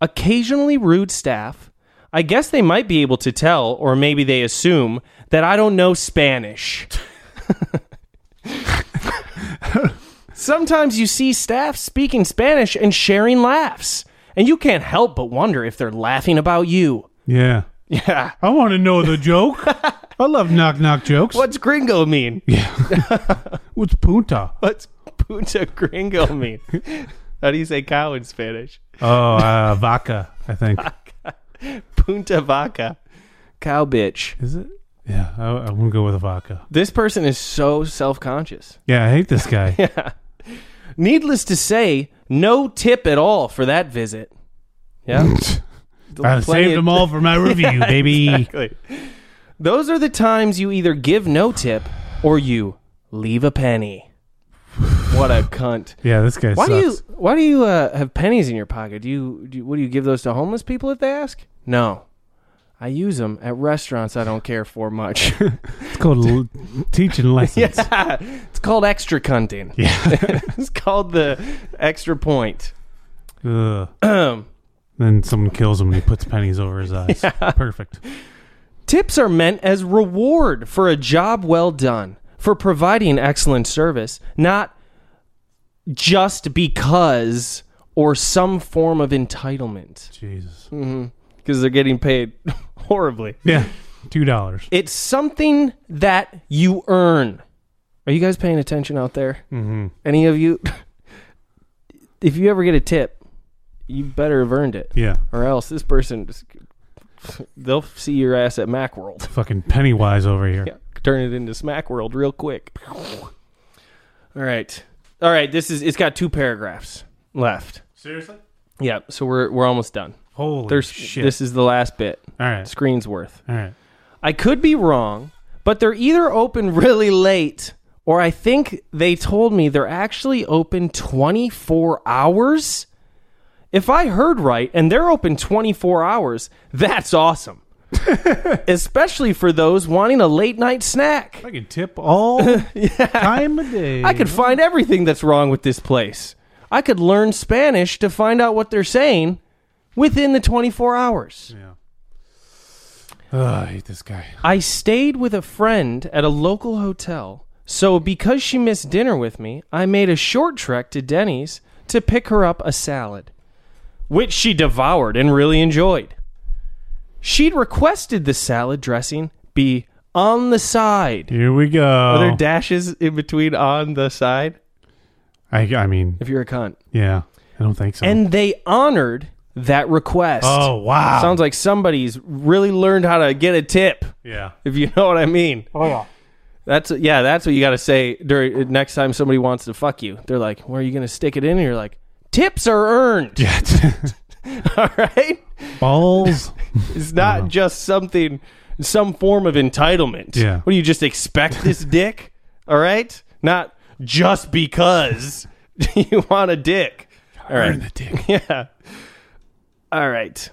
Occasionally rude staff. I guess they might be able to tell, or maybe they assume, that I don't know Spanish. *laughs* Sometimes you see staff speaking Spanish and sharing laughs, and you can't help but wonder if they're laughing about you. Yeah. Yeah. I want to know *laughs* the joke. I love knock knock jokes. What's gringo mean? What's punta? What's puta gringo mean? How do you say cow in Spanish? Oh, uh, vaca, *laughs* I think. Punta vaca. Cow bitch. Is it? Yeah, I, I won't go with a vodka. This person is so self conscious. Yeah, I hate *laughs* this guy. Needless to say, no tip at all for that visit. Yeah. I Plenty saved of- them all for my *laughs* review, baby. Exactly. Those are the times you either give no tip or you leave a penny. What a cunt. Yeah, this guy Why do you sucks. why do you uh, have pennies in your pocket? Do you, do you what do you give those to homeless people if they ask? No. I use them at restaurants I don't care for much. *laughs* It's called l- teaching lessons. it's called extra cunting. Yeah. *laughs* it's called the extra point. Ugh. then someone kills him and he puts pennies over *laughs* his eyes. Perfect. Tips are meant as reward for a job well done, for providing excellent service, not just because or some form of entitlement Jesus. because they're getting paid *laughs* horribly. Yeah, two dollars. It's something that you earn. Are you guys paying attention out there? Mm-hmm. Any of you? *laughs* If you ever get a tip, you better have earned it, Yeah, or else this person just, *laughs* they'll see your ass at Macworld. fucking Pennywise over here. Yeah, *laughs* turn it into Smack World real quick. All right, all right. This is it's got two paragraphs left. Seriously? Yeah, so we're we're almost done. Holy There's shit! this is the last bit. all right, Screen's worth. all right. I could be wrong, but they're either open *laughs* really late, or I think they told me they're actually open 24 hours. If I heard right, and they're open 24 hours, that's awesome. Especially for those wanting a late night snack. I can *laughs* tip all time of day. I could find everything that's wrong with this place. I could learn Spanish to find out what they're saying within the 24 hours. Ugh, I hate this guy. I stayed with a friend at a local hotel, so because she missed dinner with me, I made a short trek to Denny's to pick her up a salad, which she devoured and really enjoyed. She'd requested the salad dressing be on the side. Here we Are there go. dashes in between on the side? I, I mean, If you're a cunt. yeah, I don't think so. and they honored that request. oh wow, Sounds like somebody's really learned how to get a tip, yeah. *laughs* *laughs* if you know what I mean. Oh yeah. That's yeah, that's what you got to say during next time somebody wants to fuck you. They're like, "Where are you going to stick it in?" And you're like, "Tips are earned." *laughs* All right? Balls. *laughs* Uh-huh. It's not just something some form of entitlement. Yeah. What do you just expect this *laughs* dick? All right? Not just because *laughs* you want a dick. All right. Earn the dick. *laughs* yeah. All right.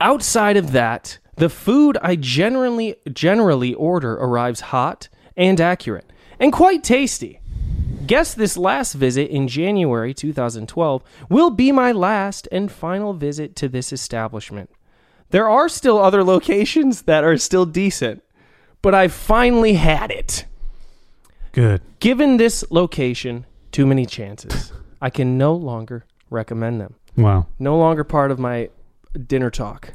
Outside of that, the food I generally generally order arrives hot and accurate and quite tasty. Guess this last visit in January 2012 will be my last and final visit to this establishment. There are still other locations that are still decent, but I finally had it. Good. Given this location, too many chances. I can no longer recommend them Wow. no longer part of my dinner talk.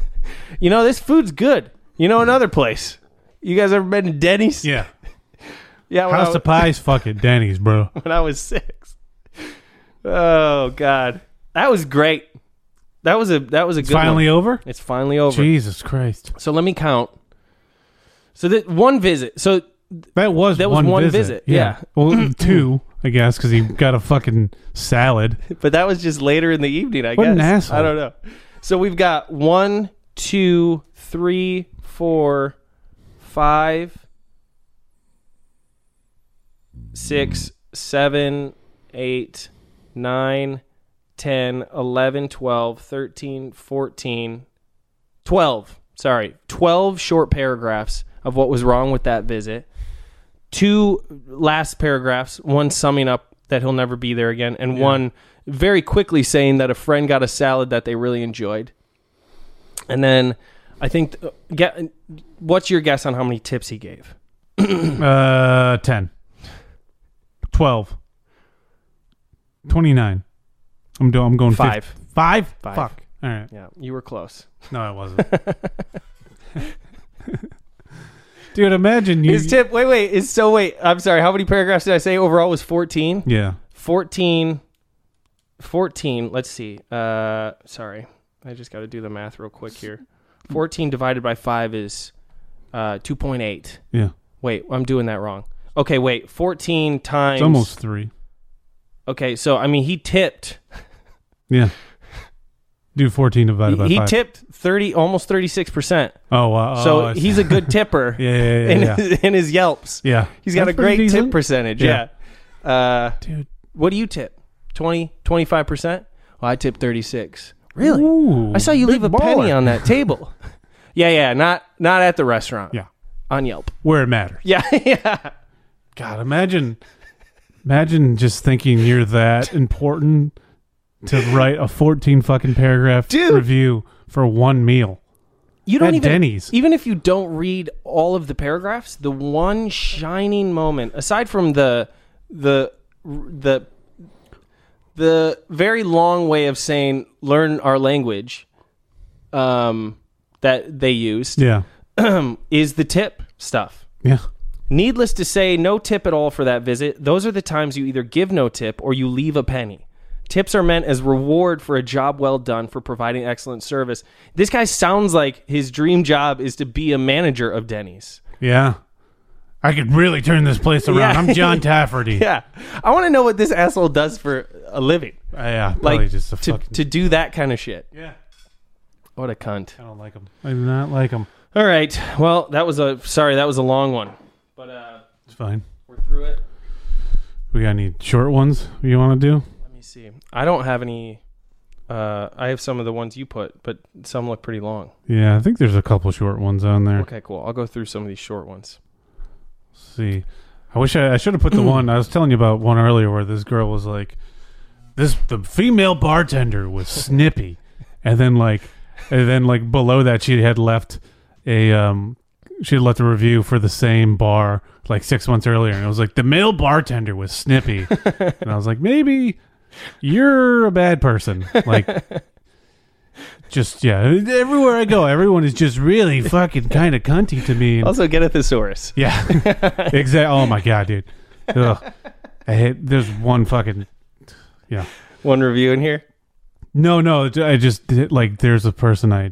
*laughs* you know, this food's good. You know, another place. You guys ever been to Denny's? Yeah. yeah when, I, House was, of Pies, fuck it, *laughs* Denny's, bro. when I was six. Oh God, that was great. That was a that was a good Finally One. over. It's finally over. Jesus Christ, So let me count. So that one visit. So that was That was one, one visit, visit. yeah. *clears throat* well, two, I guess, because he got a fucking salad. but that was just later in the evening. I What guess. an asshole. I don't know. So we've got one, two, three, four, five, six, seven, eight, nine, ten, eleven, twelve, thirteen, fourteen, twelve. Sorry, twelve short paragraphs of what was wrong with that visit. two last paragraphs, one summing up that he'll never be there again, and one very quickly saying that a friend got a salad that they really enjoyed. And then I think, get, what's your guess on how many tips he gave? Uh, 10. 12. 29. I'm, do- I'm going fif- Five. Five? Five. Fuck. All right. Yeah, you were close. No, I wasn't. *laughs* Dude, imagine you. His tip, wait, wait, is so wait. I'm sorry. How many paragraphs did I say overall was 14? yeah. 14 14 let's see uh sorry i just got to do the math real quick here 14 divided by 5 is uh 2.8 Yeah. wait i'm doing that wrong okay wait 14 times It's almost three. okay so i mean he tipped Yeah. Do 14 divided by he, he five. tipped 30 almost 36% Oh, wow. so Oh, I see. he's a *laughs* good tipper Yeah, yeah, yeah, in, yeah. His, in his yelps Yeah. he's got a That's pretty great tip decent. percentage yeah, Yeah. uh Dude. what do you tip 20 25% well i tip 36 really Ooh, I saw you big leave a baller. penny on that table. *laughs* yeah, yeah, not not at the restaurant. Yeah. on Yelp. *laughs* Where it matters. Yeah, yeah. God, imagine, imagine just thinking you're that important to write a 14 fucking paragraph Dude. review for one meal. You don't At even Denny's. even if you don't read all of the paragraphs, the one shining moment aside from the the the the very long way of saying learn our language um that they used Yeah, *clears throat* is the tip stuff. yeah, Needless to say, no tip at all for that visit. Those are the times you either give no tip or you leave a penny. Tips are meant as reward for a job well done for providing excellent service. This guy sounds like his dream job is to be a manager of Denny's. yeah. I could really turn this place around. Yeah. I'm John *laughs* Tafferty. Yeah. I want to know what this asshole does for a living. Uh, yeah, probably Like just a to, fucking. to do that kind of shit. yeah, What a cunt. I don't like him. I do not like him. All right. Well, that was a sorry, that was a long one. But uh It's fine. we're through it. We got any short ones you want to do? Let me see. I don't have any uh I have some of the ones you put, but some look pretty long. Yeah, I think there's a couple short ones on there. Okay, cool. I'll go through some of these short ones. see. I wish I, I should have put the one I was telling you about one earlier where this girl was like, this the female bartender was snippy, and then like, and then like below that she had left a um she had left a review for the same bar like six months earlier, and it was like the male bartender was snippy, and I was like maybe you're a bad person like. Just yeah, everywhere I go, everyone is just really fucking kind of cunty to me. and- Also, get a thesaurus. *laughs* yeah. exactly. Oh my god, dude. Ugh. I hate. There's one fucking. Yeah. One review in here. No, no. I just did, like. There's a person I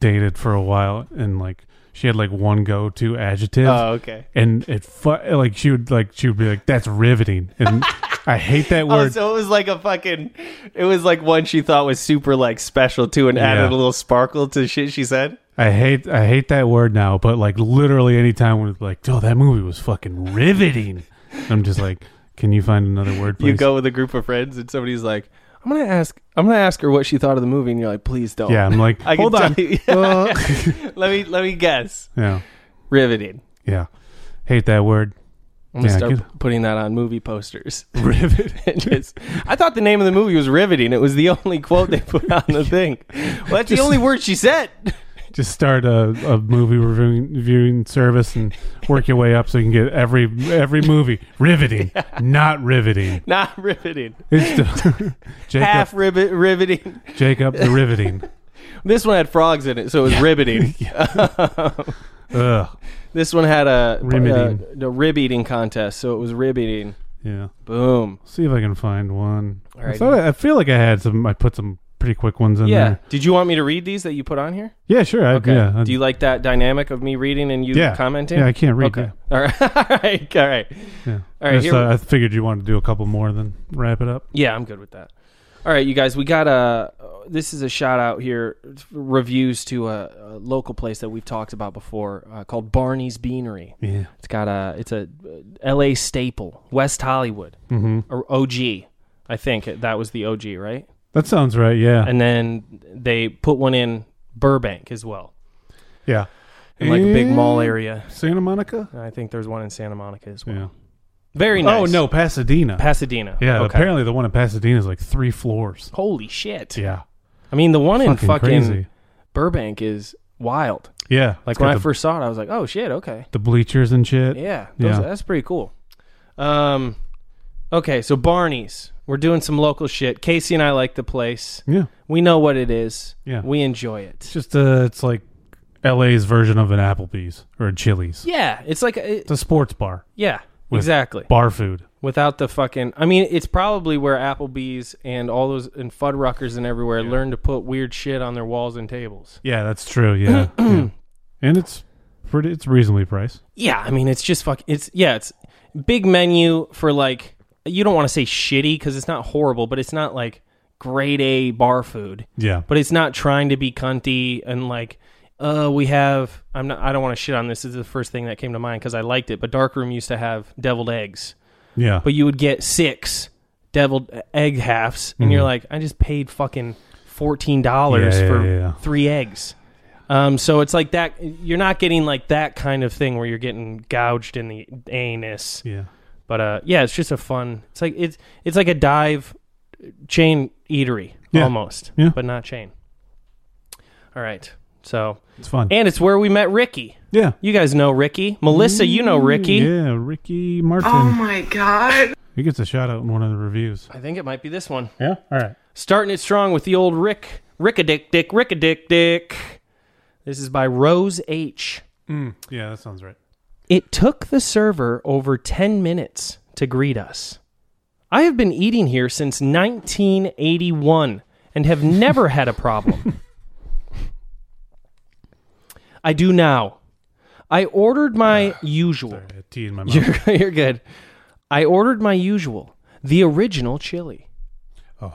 dated for a while, and like she had like one go-to adjective, Oh, okay. and it fu- like she would like she would be like that's riveting, and I hate *laughs* that Oh, word. so it was like a fucking. It was like one she thought was super like special too, and added Yeah. a little sparkle to shit she said. I hate I hate that word now, but like literally anytime when it's like, oh, that movie was fucking riveting. I'm just like, can you find another word? Please? You go with a group of friends, and somebody's like, "I'm gonna ask. I'm gonna ask her what she thought of the movie," and you're like, "Please don't." Yeah, I'm like, I can hold on. tell you- *laughs* Uh, Let me let me guess. *laughs* yeah. Riveting. Yeah. Hate that word. I'm gonna Yeah, start good. putting that on movie posters. *laughs* Rivet. It just- I thought the name of the movie was riveting. It was the only quote they put on the thing. Well, that's the Just- only word she said. *laughs* Just start a, a movie reviewing, reviewing service and work your way up so you can get every every movie. *laughs* Riveting. Not riveting. Not riveting. It's the, *laughs* Jacob, Half rivet riveting. Jacob the riveting. This one had frogs in it, so it was *laughs* riveting. Ugh. *laughs* This one had a Riveting. uh, the rib eating contest, so it was rib eating. Yeah. Boom. See if I can find one. I, right. thought I, I feel like I had some. I put some pretty quick ones in Yeah. there. Did you want me to read these that you put on here? Yeah. Sure. I, Yeah. I- Do you like that dynamic of me reading and you yeah. commenting? Yeah. I can't read. Okay. *laughs* All right. All right. All right. Yeah. All right, I, just here- thought- I figured you wanted to do a couple more, then wrap it up. Yeah, I'm good with that. All right, you guys, we got a. This is a shout out here. Reviews to a, a local place that we've talked about before uh, called Barney's Beanery. Yeah. It's got a it's a uh, L.A. staple, West Hollywood, Mm-hmm. or OG. I think that was the OG, right? That sounds right. Yeah. And then they put one in Burbank as well. yeah. in like a big mall Eh? area. Santa Monica. I think there's one in Santa Monica as well. Yeah. Very nice. Oh no, Pasadena. Pasadena. yeah, Okay. apparently the one in Pasadena is like three floors. Holy shit. Yeah, I mean, the one in Fucking fucking crazy. Burbank is wild. yeah. Like It's when got I the, first saw it, I was like, "Oh shit, okay, the bleachers and shit. yeah, Yeah. Those, that's pretty cool." Um, okay, so Barney's, we're doing some local shit. Casey and I like the place. yeah. We know what it is. Yeah. we enjoy it. It's just uh, it's like L.A.'s version of an Applebee's or a Chili's. yeah, it's like a, It's a sports bar, yeah, With exactly. bar food. Without the fucking, I mean, it's probably where Applebee's and all those and Fuddruckers and everywhere learn to put weird shit on their walls and tables. Yeah, that's true. *clears throat* Yeah, yeah. and it's pretty. It's reasonably priced. Yeah, I mean, it's just fuck. It's yeah, it's big menu for like you don't want to say shitty because it's not horrible, but it's not like grade A bar food. Yeah, But it's not trying to be cunty and like, uh, we have. I'm not. I don't want to shit on this. This is the first thing that came to mind because I liked it. But Darkroom used to have deviled eggs, yeah. but you would get six deviled egg halves, and you're like, I just paid fucking fourteen dollars Mm-hmm. Yeah, yeah, for yeah, yeah. three eggs. Um, so it's like that. You're not getting like that kind of thing where you're getting gouged in the anus. yeah. But uh, yeah, it's just a fun. It's like it's it's like a dive chain eatery Yeah. almost, Yeah. but not chain. All right. So It's fun. and it's where we met Ricky. yeah. You guys know Ricky, Melissa. You know Ricky. Mm, Yeah, Ricky Martin. Oh my god. He gets a shout out in one of the reviews. I think it might be this one. Yeah. All right. Starting it strong with the old Rick Rickadick Dick Rickadick Dick. This is by Rose H. Mm. Yeah, that sounds right. It took the server over 10 minutes to greet us. I have been eating here since 1981 and have never had a problem. I do now. I ordered my usual. I had tea in my mouth. You're, *laughs* you're good. I ordered my usual, the original chili. *laughs* Oh,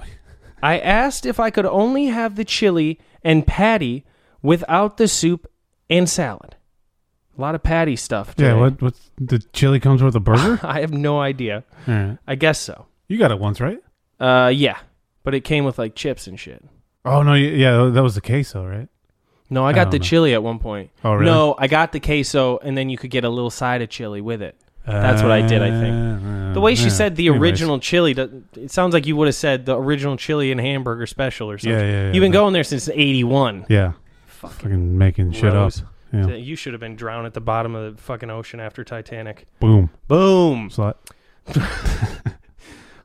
I asked if I could only have the chili and patty without the soup and salad. A lot of patty stuff. yeah. today. What? What's the chili comes with a burger? *laughs* I have no idea. All right. I guess so. You got it once, right? Uh, yeah, but it came with like chips and shit. Oh no. y- Yeah, that was the queso, right? No, I I got don't the know. chili at one point. Oh, really? No, I got the queso, and then you could get a little side of chili with it. That's what I did, I think. Uh, The way she yeah. said the Anyways. original chili, doesn't- it sounds like you would have said the original chili and hamburger special or something. Yeah, yeah, yeah, You've been yeah. going there since '81. Yeah. Fucking Fucking making shit up. Rose. Yeah. You should have been drowned at the bottom of the fucking ocean after Titanic. Boom. Boom. *laughs* Slut.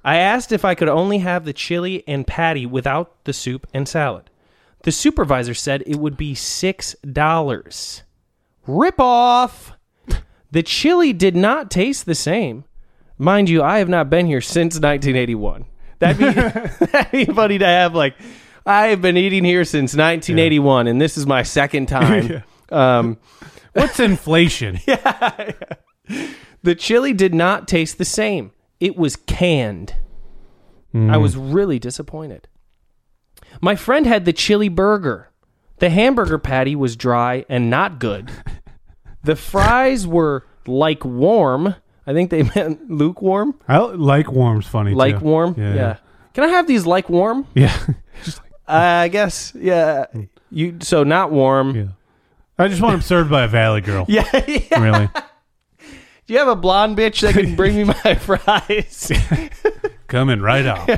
I asked if I could only have the chili and patty without the soup and salad. The supervisor said it would be $6. Rip off! The chili did not taste the same. Mind you, I have not been here since 1981. That'd be, *laughs* that'd be funny to have, like, I have been eating here since 1981, and this is my second time. um, What's inflation? yeah. The chili did not taste the same. It was canned. I was really disappointed. My friend had the chili burger. The hamburger patty was dry and not *laughs* good. The fries were like warm. I think they *laughs* meant lukewarm. I like warm's funny. too. Like warm. Yeah. Yeah. Yeah. Can I have these like warm? *laughs* Yeah. Uh, I guess. Yeah. You so not warm. Yeah. I just want him served by a valley girl. *laughs* Yeah. yeah. Really. Do you have a blonde bitch that can bring me my *laughs* fries? Coming *laughs* right up.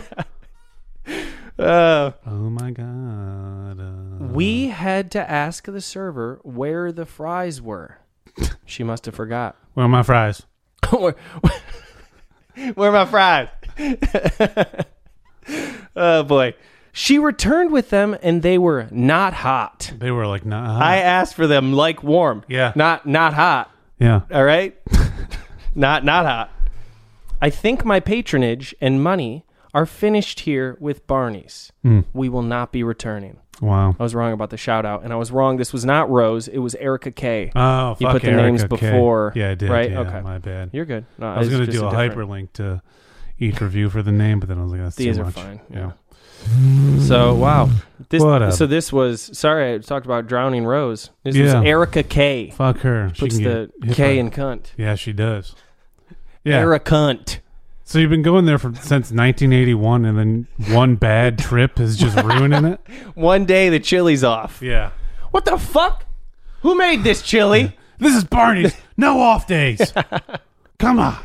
Uh, oh my god. Uh, We had to ask the server where the fries were. She must have forgot. where are my fries? *laughs* where, where are my fries? *laughs* oh boy. She returned with them and they were not hot. They were like, nah. I asked for them like warm. Yeah. Not not hot. yeah. All right? *laughs* not not hot. I think my patronage and money are finished here with Barney's. We will not be returning. Wow. I was wrong about the shout out, and I was wrong. This was not Rose. It was Erica K. Oh, fuck You put the Erica names K. before, Yeah, I did. right? Yeah, Okay. My bad. You're good. No, I was it's going to just do a, different- hyperlink to each review for the name, but then I was like, that's These too are much. fine, Yeah. So wow, this What a- so this was sorry I talked about drowning Rose. This was Yeah. Erica K. Fuck her. She Puts can the get hit by- K in cunt. Yeah, she does. Yeah. Erica cunt. So you've been going there from since 1981, and then one *laughs* bad trip is just ruining it. One day the chili's off. Yeah. What the fuck? Who Who made this chili? This is Barney's. No off days. Come on.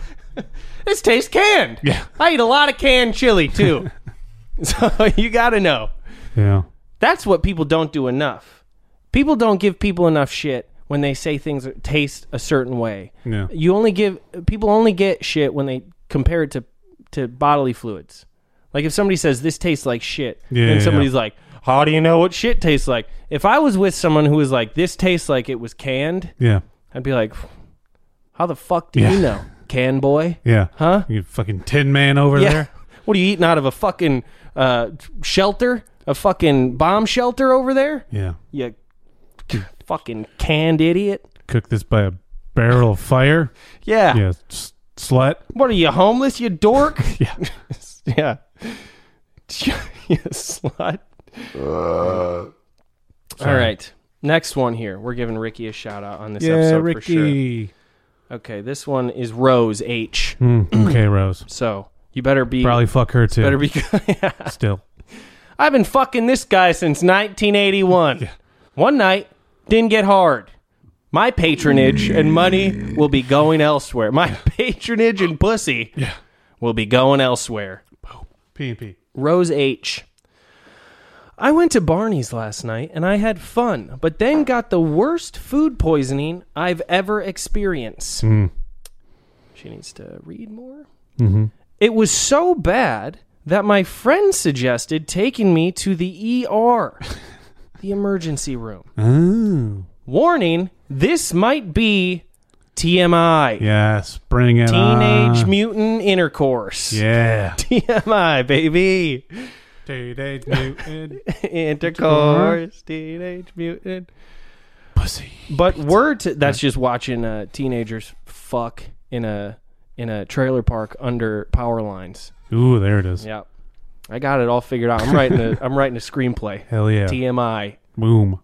This tastes canned. Yeah. I eat a lot of canned chili *laughs* too. *laughs* so you got to know. Yeah. That's what people don't do enough. People don't give people enough shit when they say things that taste a certain way. Yeah. You only give people only get shit when they compare it to to bodily fluids. Like if somebody says this tastes like shit, Yeah, and yeah, somebody's like, "How do you know what shit tastes like?" If I was with someone who was like, "This tastes like it was canned," Yeah. I'd be like, "How the fuck do Yeah. you know, can boy?" Yeah. Huh? You fucking tin man *laughs* over there. What are you eating out of a fucking uh, shelter? A fucking bomb shelter over there? Yeah. You fucking canned idiot. Cook this by a barrel of fire. Yeah. Yeah. S- slut. What are you homeless, you dork? *laughs* Yeah. *laughs* yeah. *laughs* you slut. All right. Next one here. We're giving Ricky a shout out on this Yeah, episode for Ricky. sure. Okay, this one is Rose H. Mm, *clears throat* okay, Rose. So you better be Probably fuck her too. *laughs* better be yeah. still. I've been fucking this guy since 1981. One night, didn't get hard. My patronage and money will be going elsewhere. My *laughs* patronage and pussy will be going elsewhere. P and P. Rose H. I went to Barney's last night and I had fun, but then got the worst food poisoning I've ever experienced. She needs to read more. It was so bad that my friend suggested taking me to the ER, the emergency room. Oh. Warning this might be TMI, Yes. Bring it on. teenage mutant intercourse. *laughs* Yeah. TMI, baby. Teenage mutant intercourse, teenage mutant. *laughs* pussy. But word to, that's just watching uh, teenagers fuck in a in a trailer park under power lines. Ooh, there it is. Yep, I got it all figured out. I'm writing a I'm writing a *laughs* screenplay. Hell yeah. TMI, Boom.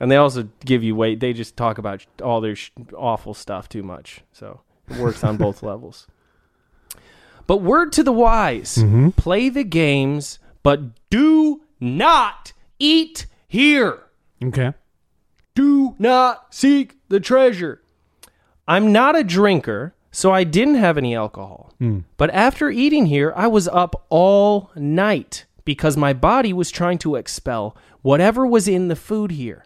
and they also give you weight. They just talk about sh- all their sh- awful stuff too much, so it works on *laughs* both levels. But word to the wise: play the games, but do not eat here. Okay. Do not seek the treasure. I'm not a drinker, so I didn't have any alcohol. But after eating here, I was up all night because my body was trying to expel whatever was in the food here.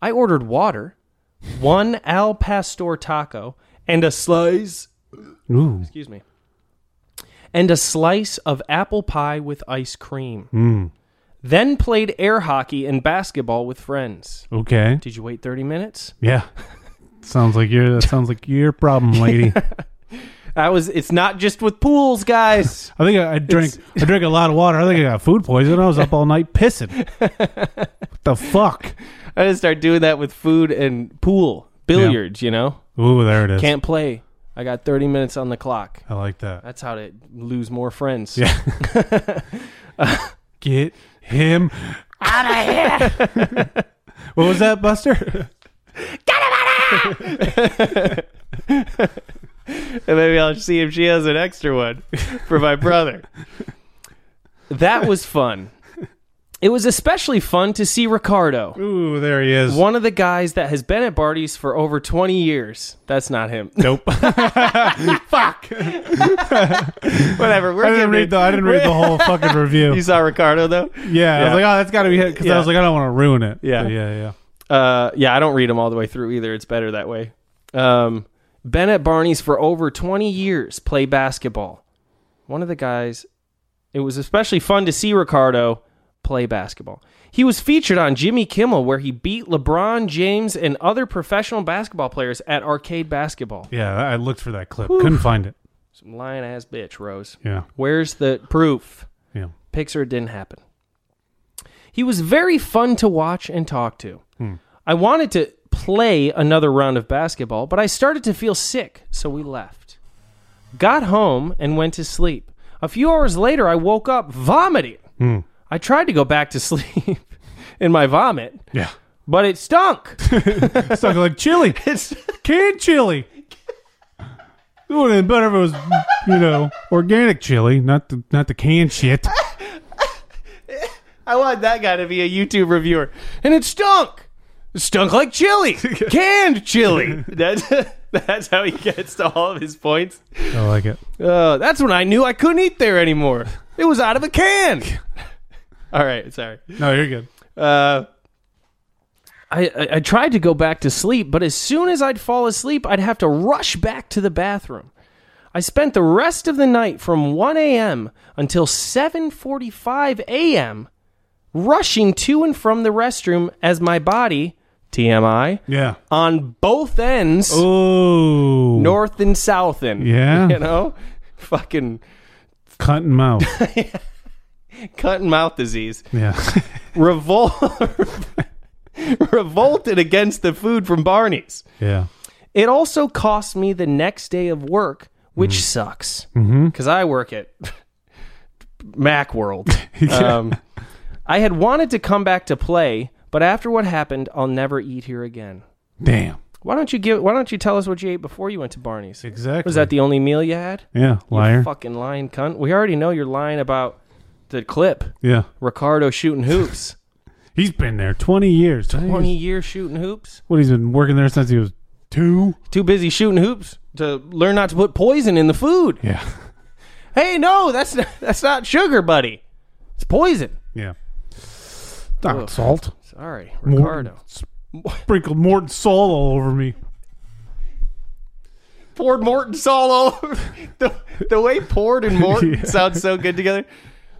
I ordered water, one al pastor taco, and a slice, Ooh. excuse me, and a slice of apple pie with ice cream. Then played air hockey and basketball with friends. Okay. Did you wait 30 minutes? Yeah. sounds like your that sounds like your *laughs* problem, lady. That was. It's not just with pools, *laughs* guys. I think I, I drank I drank a lot of water. I think I got food poisoning. I was up all night pissing. *laughs* what the fuck? I just start doing that with food and pool billiards. You know, Ooh, there it is. can't play. I got 30 minutes on the clock. I like that. That's how to lose more friends. Yeah. Get him out of here. *laughs* What was that, Buster? *laughs* and maybe I'll see if she has an extra one for my brother. that was fun. It was especially fun to see Ricardo. Ooh, there he is. One of the guys that has been at Barty's for over 20 years. That's not him. *laughs* Nope. Fuck. Whatever. *laughs* We're I didn't giving read it- the I didn't read the whole fucking review. You saw Ricardo though? yeah, I was like, oh, that's got to be hit because Yeah. I was like, I don't want to ruin it. Yeah. But yeah, yeah. Uh, yeah, I don't read them all the way through either. It's better that way. Um, been at Barney's for over 20 years, play basketball. One of the guys, it was especially fun to see Ricardo play basketball. He was featured on Jimmy Kimmel, where he beat LeBron James and other professional basketball players at arcade basketball. Yeah, I I looked for that clip. Couldn't find it. Some lying ass bitch, Rose. Yeah. Where's the proof? Yeah. Pixar didn't happen. He was very fun to watch and talk to. I wanted to play another round of basketball, but I started to feel sick, so we left. Got home and went to sleep. A few hours later, I woke up vomiting. I tried to go back to *laughs* sleep in my vomit, Yeah. but it *laughs* stunk. It's not like *laughs* chili. It's- Canned chili. It would have been better if it was, you know, organic chili, not the not the canned *laughs* shit. I want that guy to be a YouTube reviewer. And it stunk. stunk like *laughs* chili, canned chili. That's *laughs* that's how he gets to all of his points. I like it. Uh, that's when I knew I couldn't eat there anymore. It was out of a can. *laughs* all right, sorry. No, you're good. Uh, I, I I tried to go back to sleep, but as soon as I'd fall asleep, I'd have to rush back to the bathroom. I spent the rest of the night from 1 a.m. until 7:45 a.m. rushing to and from the restroom as my body TMI Yeah. on both ends, Oh, north and south end. Yeah. *laughs* you know, fucking cut and mouth. cut and mouth disease. Yeah. *laughs* Revol- *laughs* revolted against the food from Barney's. yeah. It also cost me the next day of work, which Mm. sucks Mm-hmm. because I work at *laughs* MacWorld. *laughs* um, I had wanted to come back to play, but after what happened, I'll never eat here again. Damn. Why don't you give? Why don't you tell us what you ate before you went to Barney's? Exactly. Was that the only meal you had? Yeah. You Liar. fucking lying cunt. We already know you're lying about the clip. Yeah. Ricardo shooting *laughs* hoops. He's been there 20 years. 20 years shooting hoops. What, he's been working there since he was two? Too busy shooting hoops to learn not to put poison in the food. Yeah. Hey, no, that's *laughs* not, that's not sugar, buddy. It's poison. *laughs* Yeah. Not salt. Sorry, Ricardo. Sprinkled Morton salt all over me. Poured Morton's all over. *laughs* The, the way poured and Morton *laughs* Yeah. sounds so good together.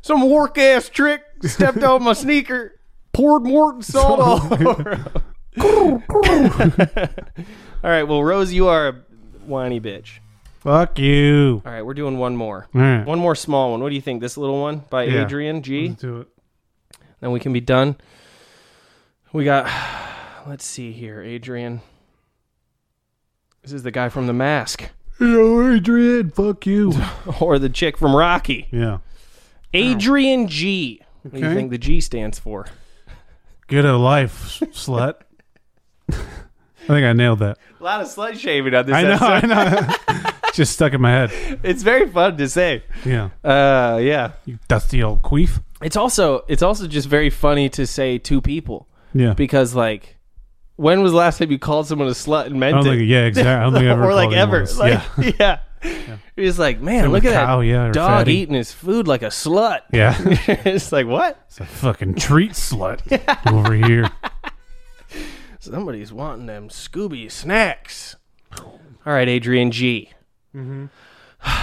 Some work ass trick stepped on my sneaker, poured Morton salt all over. 'em. *laughs* all right, well, Rose, you are a whiny bitch. Fuck you. All right, we're doing one more. All right. One more small one. What do you think? This little one by Yeah. Adrian G. Let's do it. Then we can be done. We got. Let's see here, Adrian. This is the guy from The Mask *laughs* Yo, Adrian, fuck you. or the chick from Rocky. yeah. Adrian G. What do you Okay. think the G stands for? Get a life, slut. I think I nailed that. A lot of slut shaving on this I know, episode. *laughs* I know. *laughs* It's Just stuck in my head. It's very fun to say. Yeah. Uh, yeah. You dusty old queef. It's also it's also just very funny to say two people Yeah. because like, when was the last time you called someone a slut and I meant don't it? think, yeah, exactly. I don't *laughs* think I ever or like called anyone ever. else. Like, yeah. yeah. He was like, man, Or look at cow, that yeah, or dog fatty. eating his food like a slut. Yeah. *laughs* *laughs* it's like, what? It's a fucking *laughs* treat slut over here. Somebody's wanting them Scooby snacks. All right, Adrian G. Mm-hmm. *sighs*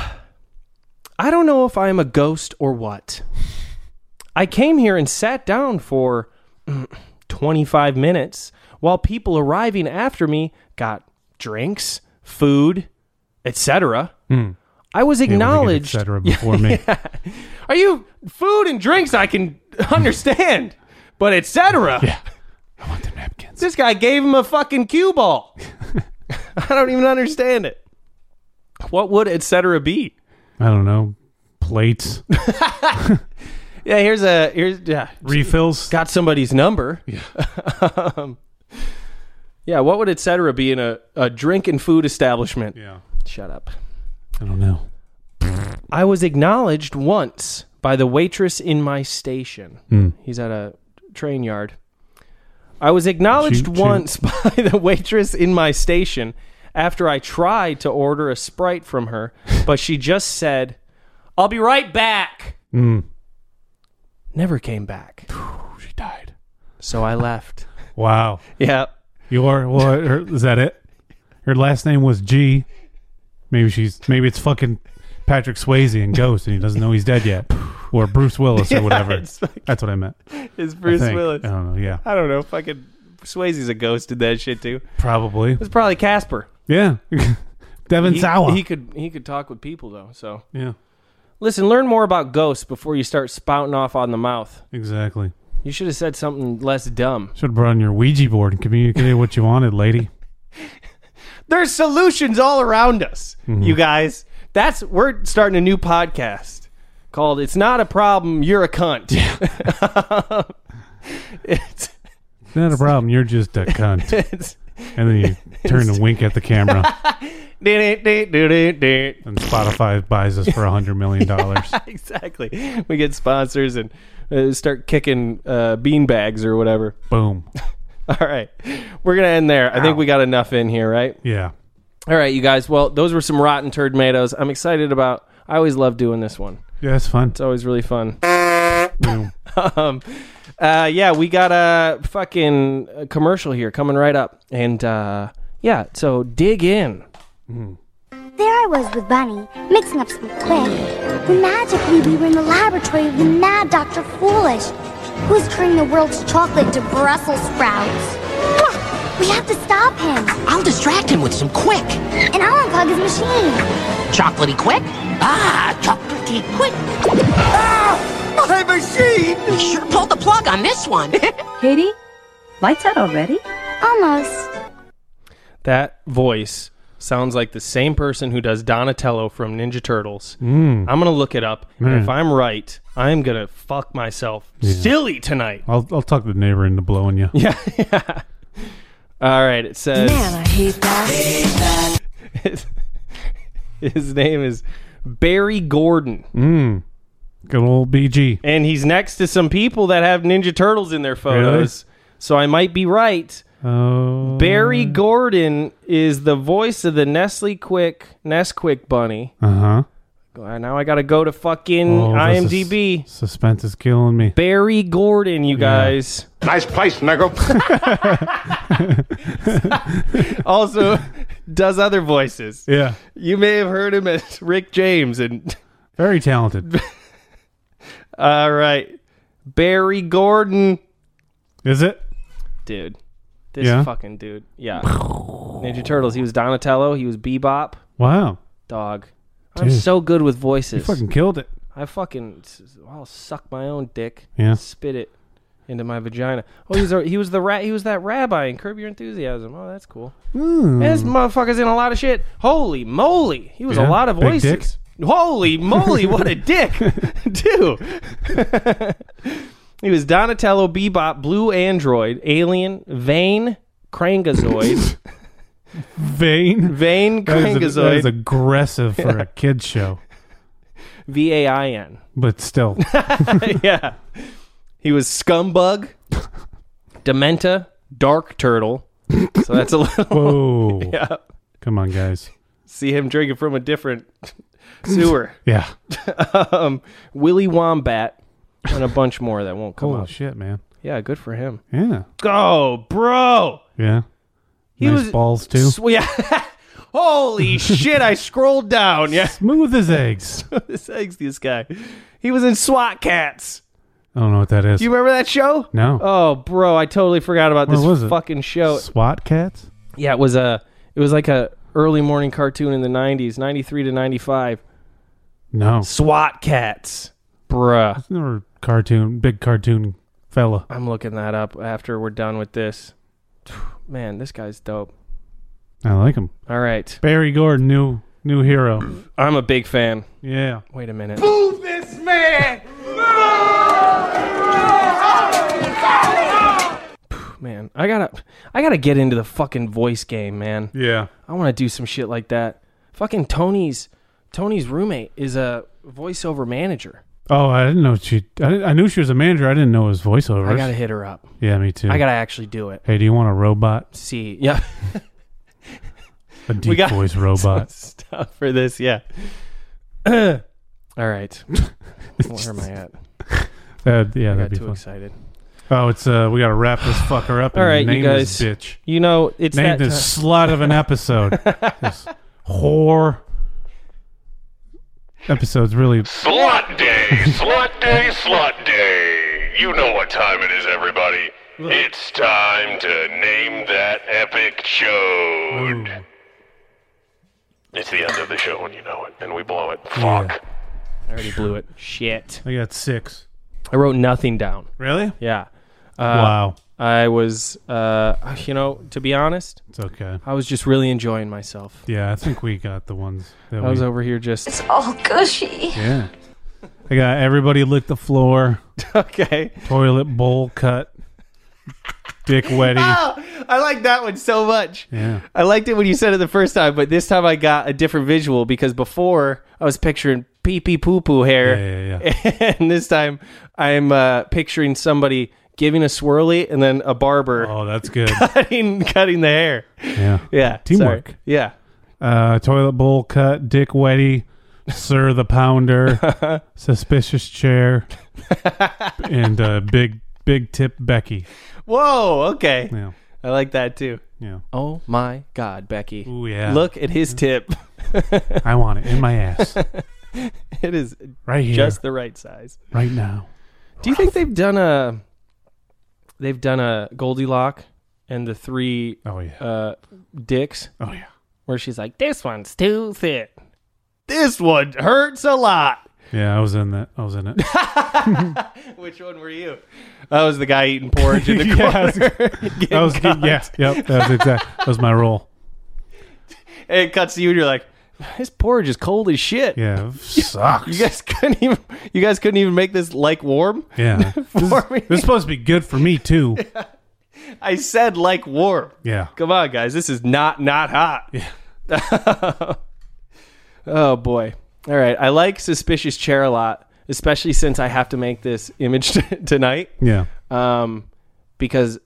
I don't know if I am a ghost or what. I came here and sat down for *clears throat* 25 minutes while people arriving after me got drinks, food, etc. Hmm. I was acknowledged. Etc. *laughs* Before me. Are you food and drinks? I can *laughs* understand, but etc. Yeah. I want the napkins. This guy gave him a fucking cue *laughs* ball. I don't even understand it. What would etc. be? I don't know. Plates. *laughs* Yeah, here's a here's yeah. Refills. Got somebody's number. Yeah. *laughs* um, yeah. What would etc. be in a, a drink and food establishment? Yeah. Shut up. I don't know. I was acknowledged once by the waitress in my station. He's at a train yard. I was acknowledged Choo-choo. once *laughs* by the waitress in my station after I tried to order a Sprite from her, but she just said, I'll be right back. Never came back. She died. So I left. Wow. *laughs* yeah. You are. *laughs* Well, her, is that it? Her last name was G. Maybe she's. Maybe it's fucking Patrick Swayze and Ghost, and he doesn't know he's *laughs* dead yet, or Bruce Willis or whatever. it's like- That's what I meant. I It's Bruce think. Willis. I don't know. Yeah, I don't know. Fucking Swayze's a ghost in that shit too. probably. It's probably Casper. Yeah. *laughs* Devin He, Sawa. he could he could talk with people though, so yeah. Listen, learn more about ghosts before you start spouting off on the mouth. Exactly. You should have said something less dumb. Should have brought on your Ouija board and communicated what you wanted, lady. There's solutions all around us, you guys. That's we're starting a new podcast called "It's Not a Problem, You're a Cunt." *laughs* it's, Not a problem. You're just a cunt. *laughs* it's And then *laughs* you turn and wink at the camera, exactly. and Spotify buys us for a hundred *laughs* million dollars. We get sponsors and uh, start kicking uh, bean bags or whatever. *laughs* Boom. All right. We're going to end there. I think we got enough in here, right? Yeah. All right, you guys. Well, those were some rotten turd tomatoes. I'm excited about I always love doing this one. Yeah, that's fun. It's always really fun. um, uh, yeah, we got a fucking commercial here coming right up. And uh, yeah, so dig in. There I was with Bunny, mixing up some quick. When magically we were in the laboratory of the mad Dr. Foolish, who's turning the world's chocolate to Brussels sprouts. Mwah! We have to stop him, I'll distract him with some quick. and I'll unplug his machine. Chocolatey quick? Ah, chocolatey quick. Ah, my machine! You sure pulled the plug on this one. Katie, lights out already? Almost. That voice sounds like the same person who does Donatello from Ninja Turtles. Mm. I'm going to look it up. And Man. if I'm right, I'm going to fuck myself silly tonight. I'll I'll talk the neighbor into *laughs* blowing you. Yeah. All right, it says. I hate that. his, *laughs* his name is Barry Gordon, Mm. Good old BG. and he's next to some people that have Ninja Turtles in their photos. So I might be right. Oh. Barry Gordon is the voice of the Nestle Quick Nesquik bunny. Uh huh. Now I got to go to fucking Oh, this is- IMDb. suspense is killing me. Barry Gordon, you *laughs* guys. *laughs* Nice place, nigga. Also *laughs* does other voices. Yeah. You may have heard him as *laughs* Rick James and *laughs* Very talented. all right. Barry Gordon. Is it? dude. This Yeah? fucking dude. Yeah. Ninja Turtles. He was Donatello. He was Bebop. Wow. Dog. I'm Dude. so good with voices. Fucking killed it. I fucking. I'll suck my own dick. Yeah. Spit it into my vagina. Oh, he's a, he was the rat. He was that rabbi in Curb Your Enthusiasm. Oh, that's cool. This motherfucker's in a lot of shit. Holy moly. He was a Yeah, lot of big dick. voices. *laughs* Holy moly, what a dick. Dude. *laughs* he was Donatello, Bebop, Blue Android, Alien, Vane, *laughs* Krangazoid. Vain. Vane, That is, that is Krangazoid, *laughs* aggressive for a kid's show, V A I N. *laughs* but still. Yeah. He was Scumbug, Dementa, Dark Turtle. So that's a little. *laughs* Whoa. Yeah. Come on, guys. See him drinking from a different sewer. Yeah. um, Willy Wombat, and a bunch more that won't come Holy up. shit, man. Yeah, good for him. Yeah. Go, bro. Yeah. He nice was balls, too. Sw- yeah. *laughs* *laughs* Holy shit! I scrolled down. *laughs* Yeah, Smooth as eggs. this eggs this guy. He was in SWAT Cats. I don't know what that is. Do you remember that show? no. Oh, bro, I totally forgot about What this was it? fucking show. SWAT cats? Yeah, it was a. It was like a early morning cartoon in the '90s, '93 to '95. No. SWAT Cats, bruh. Never cartoon, big cartoon fella. I'm looking that up after we're done with this. *sighs* Man, this guy's dope. I like him. All right. Barry Gordon, new new hero. *clears throat* I'm a big fan. Yeah. Wait a minute. Move this man. *sighs* Man, I gotta I gotta get into the fucking voice game, man. Yeah. I wanna do some shit like that. Fucking Tony's Tony's roommate is a voiceover manager. Oh, I didn't know she. I, didn't- I knew she was a manager. I didn't know it was voiceovers. I gotta hit her up. yeah, me too. I gotta actually do it. Hey, do you want a robot? See. Yeah. *laughs* A deep got- *laughs* voice robot. Stop for this, yeah. *clears throat* All *laughs* right. Where am I at? That- yeah, I that'd got be too fun. excited. Oh, it's uh, we gotta wrap this fucker up. All And right, you name this guys. bitch. You know, it's Name that this ti- *laughs* slut of an episode. this whore. Episode's really. Slut day, slut day, slut day. You know what time it is, everybody. It's time to name that epic chode. It's the end of the show when you know it, and we blow it. Fuck. Yeah. I already blew it. Shit. I got six. I wrote nothing down. Really? Yeah. Uh, wow. I was, uh, you know, to be honest, It's okay. I was just really enjoying myself. Yeah, I think we got the ones that I was we. over here just *laughs* all gushy. Yeah. I got everybody lick the floor. okay. Toilet bowl cut. Dick *laughs* wetty. I like that one so much. Yeah. I liked it when you said it the first time, but this time I got a different visual because before I was picturing pee pee poo poo hair, *laughs* Yeah, yeah, and this time I'm uh, picturing somebody giving a swirly, and then a barber. Oh, that's *laughs* good. cutting, cutting the hair. Yeah. Yeah. Teamwork. sorry. Yeah. Uh, toilet bowl cut, Dick Wetty, Sir the *laughs* Pounder, Suspicious Chair, and uh, Big Big Tip Becky. Whoa. Okay. Yeah. I like that too. Yeah. Oh my God, Becky. Ooh, yeah. Look at his tip. *laughs* I want it in my ass it is Right here. just the right size. right now. Do you think they've done a they've done a Goldilocks and the three oh, yeah. uh dicks? Oh yeah. Where she's like, This one's too thin. This one hurts a lot. Yeah, I was in that. I *laughs* was in it. Which one were you? That was the guy eating porridge in the *laughs* Yeah, I was- corner. That was Getting yeah, cocked. yep. That was exact. That was my role. And it cuts to you and you're like, This porridge is cold as shit. *laughs* Yeah, it sucks. You guys couldn't even you guys couldn't even make this like warm? Yeah, this, *laughs* is- For me. this is supposed to be good for *laughs* me too. I said like warm. Yeah, Come on, guys. This is not not hot. *laughs* oh boy. All right. I like suspicious chair a lot, especially since I have to make this image *laughs* t- tonight. yeah. Um, because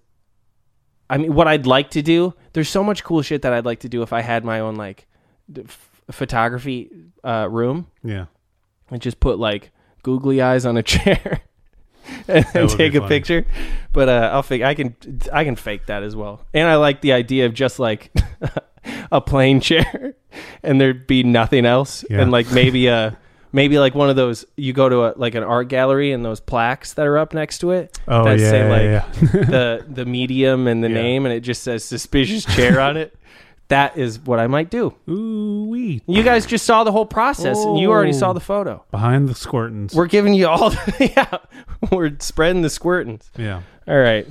I mean, what I'd like to do. There's so much cool shit that I'd like to do if I had my own like d- f- photography uh, room Yeah. and just put like googly eyes on a *laughs* chair. and That would be take a funny. picture, but uh, I'll fake. I can, I can fake that as well. And I like the idea of just like *laughs* a plain *laughs* chair, and there'd be nothing else, Yeah. and like maybe a, maybe like one of those. You go to a, like an art gallery, and those plaques that are up next to it. Oh, that yeah, say yeah, *laughs* like the the medium and the name, and it just says suspicious chair on it. That is what I might do. Ooh wee. You guys just saw the whole process, and you already saw Oh. the photo. Behind the squirtins. We're giving you all the *laughs* yeah. We're spreading the squirtins. yeah. All right.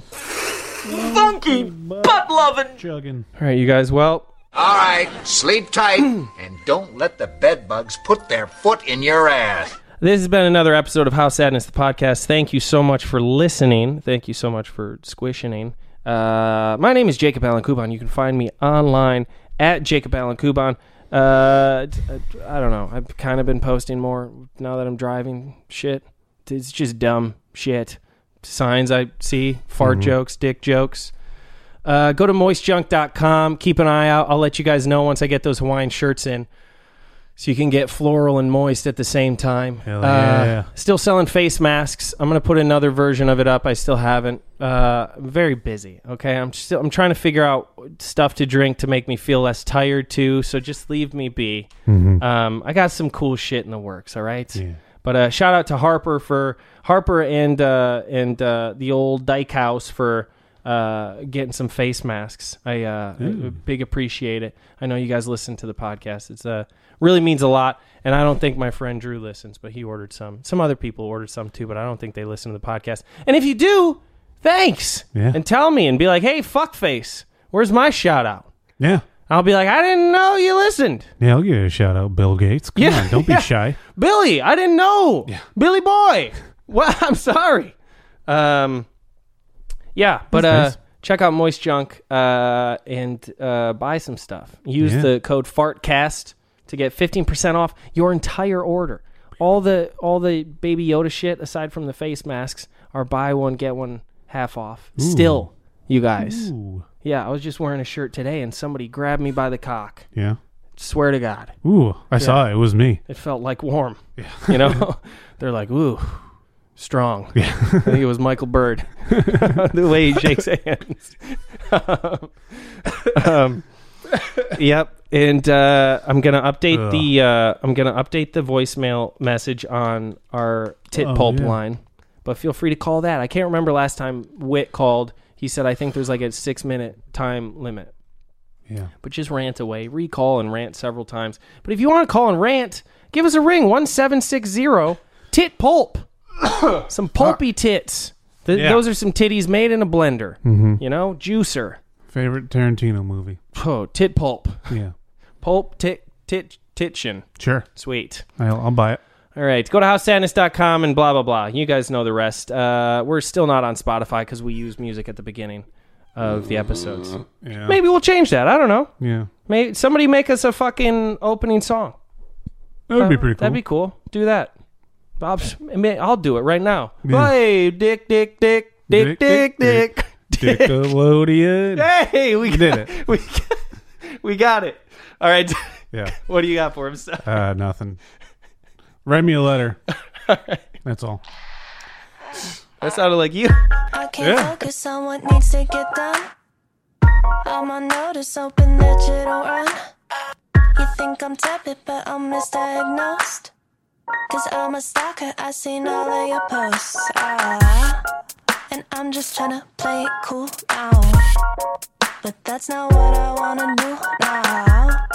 Funky, butt loving. Chugging. All right, you guys. Well, All right, sleep tight and don't let the bedbugs put their foot in your ass. this has been another episode of How Sadness the Podcast. Thank you so much for listening. Thank you so much for squishing. Uh, my name is Jacob Allen Kuban. You can find me online at Jacob Allen Kuban. Uh, t- uh, I don't know. I've kind of been posting more now that I'm driving shit. It's just dumb shit. Signs I see, fart jokes, dick jokes. Uh, go to moistjunk.com. Keep an eye out. I'll let you guys know once I get those Hawaiian shirts in. So you can get floral and moist at the same time. Hell Uh, yeah. still selling face masks. I'm gonna put another version of it up. I still haven't. Uh, I'm very busy. Okay, I'm still. I'm trying to figure out stuff to drink to make me feel less tired too. So just leave me be. Mm-hmm. Um, I got some cool shit in the works. All right. But uh, shout out to Harper for Harper and uh, and uh, the old Dyke House for uh, getting some face masks. I uh, big appreciate it. I know you guys listen to the podcast. It's uh, really means a lot. And I don't think my friend Drew listens, but he ordered some. Some other people ordered some too, but I don't think they listen to the podcast. And if you do, thanks. Yeah. And tell me and be like, hey, fuckface, where's my shout out? Yeah. I'll be like, I didn't know you listened. Yeah, I'll give you a shout out, Bill Gates. Come Yeah, on, *laughs* don't yeah. be shy. Billy, I didn't know. Billy boy. *laughs* Well, I'm sorry. Um, yeah, but uh, That's nice. check out Moist Junk uh, and uh, buy some stuff. Use Yeah. the code FartCast to get 15% off your entire order. All the all the Baby Yoda shit, aside from the face masks, are buy one get one half off. Still, you guys. Ooh. Yeah, I was just wearing a shirt today, and somebody grabbed me by the cock. Yeah. Swear to God Ooh, I saw it. It was me. it felt like warm. You *laughs* know, *laughs* they're like, ooh, strong. *laughs* I think it was Michael *laughs* Bird, the way he shakes *laughs* hands. um, yep. And uh, I'm gonna update Ugh. the uh, I'm gonna update the voicemail message on our tit Oh, pulp yeah. line. But feel free to call that. I can't remember last time Wit called. He said I think there's like a six minute time limit Yeah. but just rant away. Recall and rant several times. But if you want to call and rant, give us a ring one seven six zero tit pulp. *coughs* some pulpy tits. Th- Uh, Yeah. Mm-hmm. Those are some titties made in a blender. You know, juicer. Favorite *laughs* Tarantino movie. Oh, tit pulp, Yeah. pulp tit tit titchin. Sure. Sweet. I'll, I'll buy it. All right, go to howsadness.com and blah blah blah. You guys know the rest. Uh, we're still not on Spotify because we use music at the beginning of the episodes. Uh, Yeah. Maybe we'll change that. I don't know. Yeah. Maybe somebody make us a fucking opening song. That would be pretty cool. Uh, That'd be *laughs* cool. Do that. Bob's. I mean, I'll do it right now. Hey, dick, dick, dick, Dick, dick, dick, dick. Nickelodeon. *laughs* Hey, we You got, did it. We got, *laughs* we got it. All right. *laughs* Yeah. What do you got for him? *laughs* Steph? Uh, nothing. Write me a *laughs* letter. That's all. That sounded like you. I can't focus on what needs to get done. I'm on notice, hoping that you don't run. You think I'm tepid, but I'm misdiagnosed. Cause I'm a stalker, I seen all of your posts. Ah, and I'm just tryna play it cool now. But that's not what I wanna do now.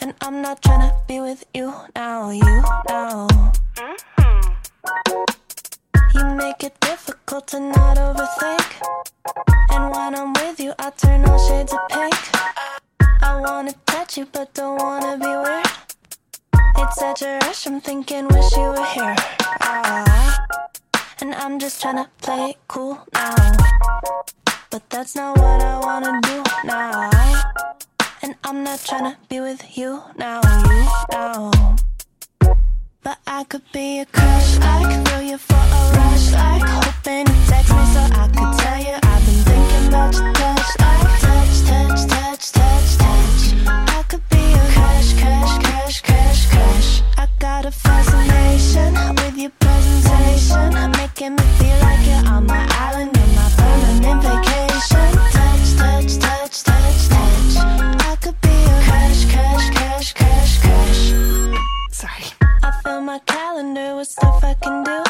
And I'm not tryna be with you now, you now. You make it difficult to not overthink. And when I'm with you, I turn all shades of pink. I wanna touch you, but don't wanna be weird. It's such a rush, I'm thinking, wish you were here. Ah, and I'm just tryna play it cool now. But that's not what I wanna do now. And I'm not tryna be with you now, you now. But I could be a crush, I could feel you for a rush, like hoping you text me so I could tell you I've been thinking about your touch, like touch, touch, touch, touch, touch. I could be a crush, crush, crush, crush, crush. I got a fascination with your presentation, making me feel like you're on my island in my permanent vacation. Touch, touch, touch, touch, touch. I could be a crush, crush, crush, crush, crush. Sorry. I fill my calendar with stuff I can do.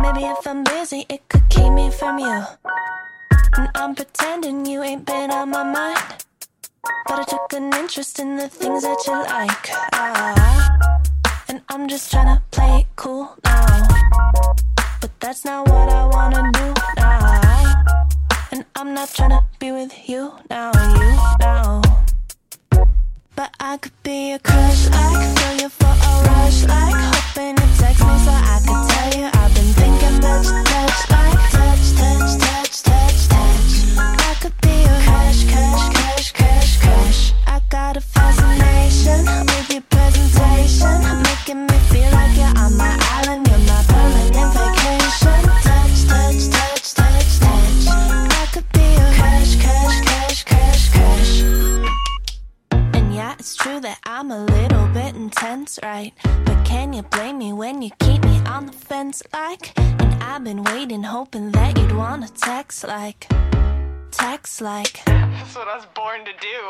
Maybe if I'm busy, it could keep me from you. And I'm pretending you ain't been on my mind. But I took an interest in the things that you like. Ah, and I'm just tryna play it cool now. But that's not what I wanna do now. And I'm not tryna be with you now, you now. But I could be a crush, I could feel you for a rush, like hoping you text me so I could tell you I've been thinking about your touch, like touch, touch, touch, touch, touch. I could be a crush, crush, crush, crush, crush. I got a fascination with your presentation, making me feel like you're on my island, you're my permanent vacation. Touch, touch, touch, touch, touch. I could be a crush, crush, crush, crush, crush. And yeah, it's true that I'm a little bit intense, right? But can you blame me when you keep me on the fence, like? And I've been waiting, hoping that you'd wanna text, like. Text, like. That's what I was born to do.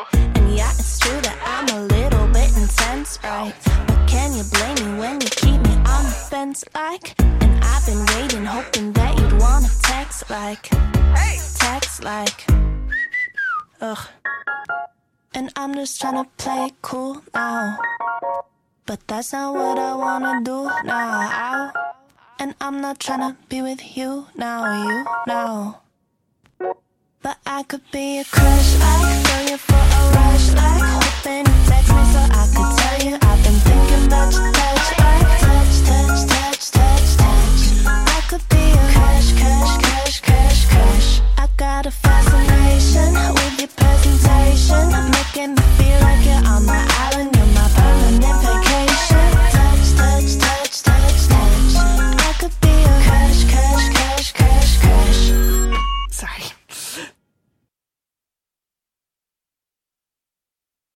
And yeah, it's true that I'm a little bit intense, right? But can you blame me when you keep me on the fence, like? And I've been waiting, hoping that you'd wanna text, like. Text, like. Ugh. And I'm just tryna play it cool now. But that's not what I wanna do now. And I'm not tryna be with you now, you now. But I could be a crush, I could feel you for a rush, like hoping you text me so I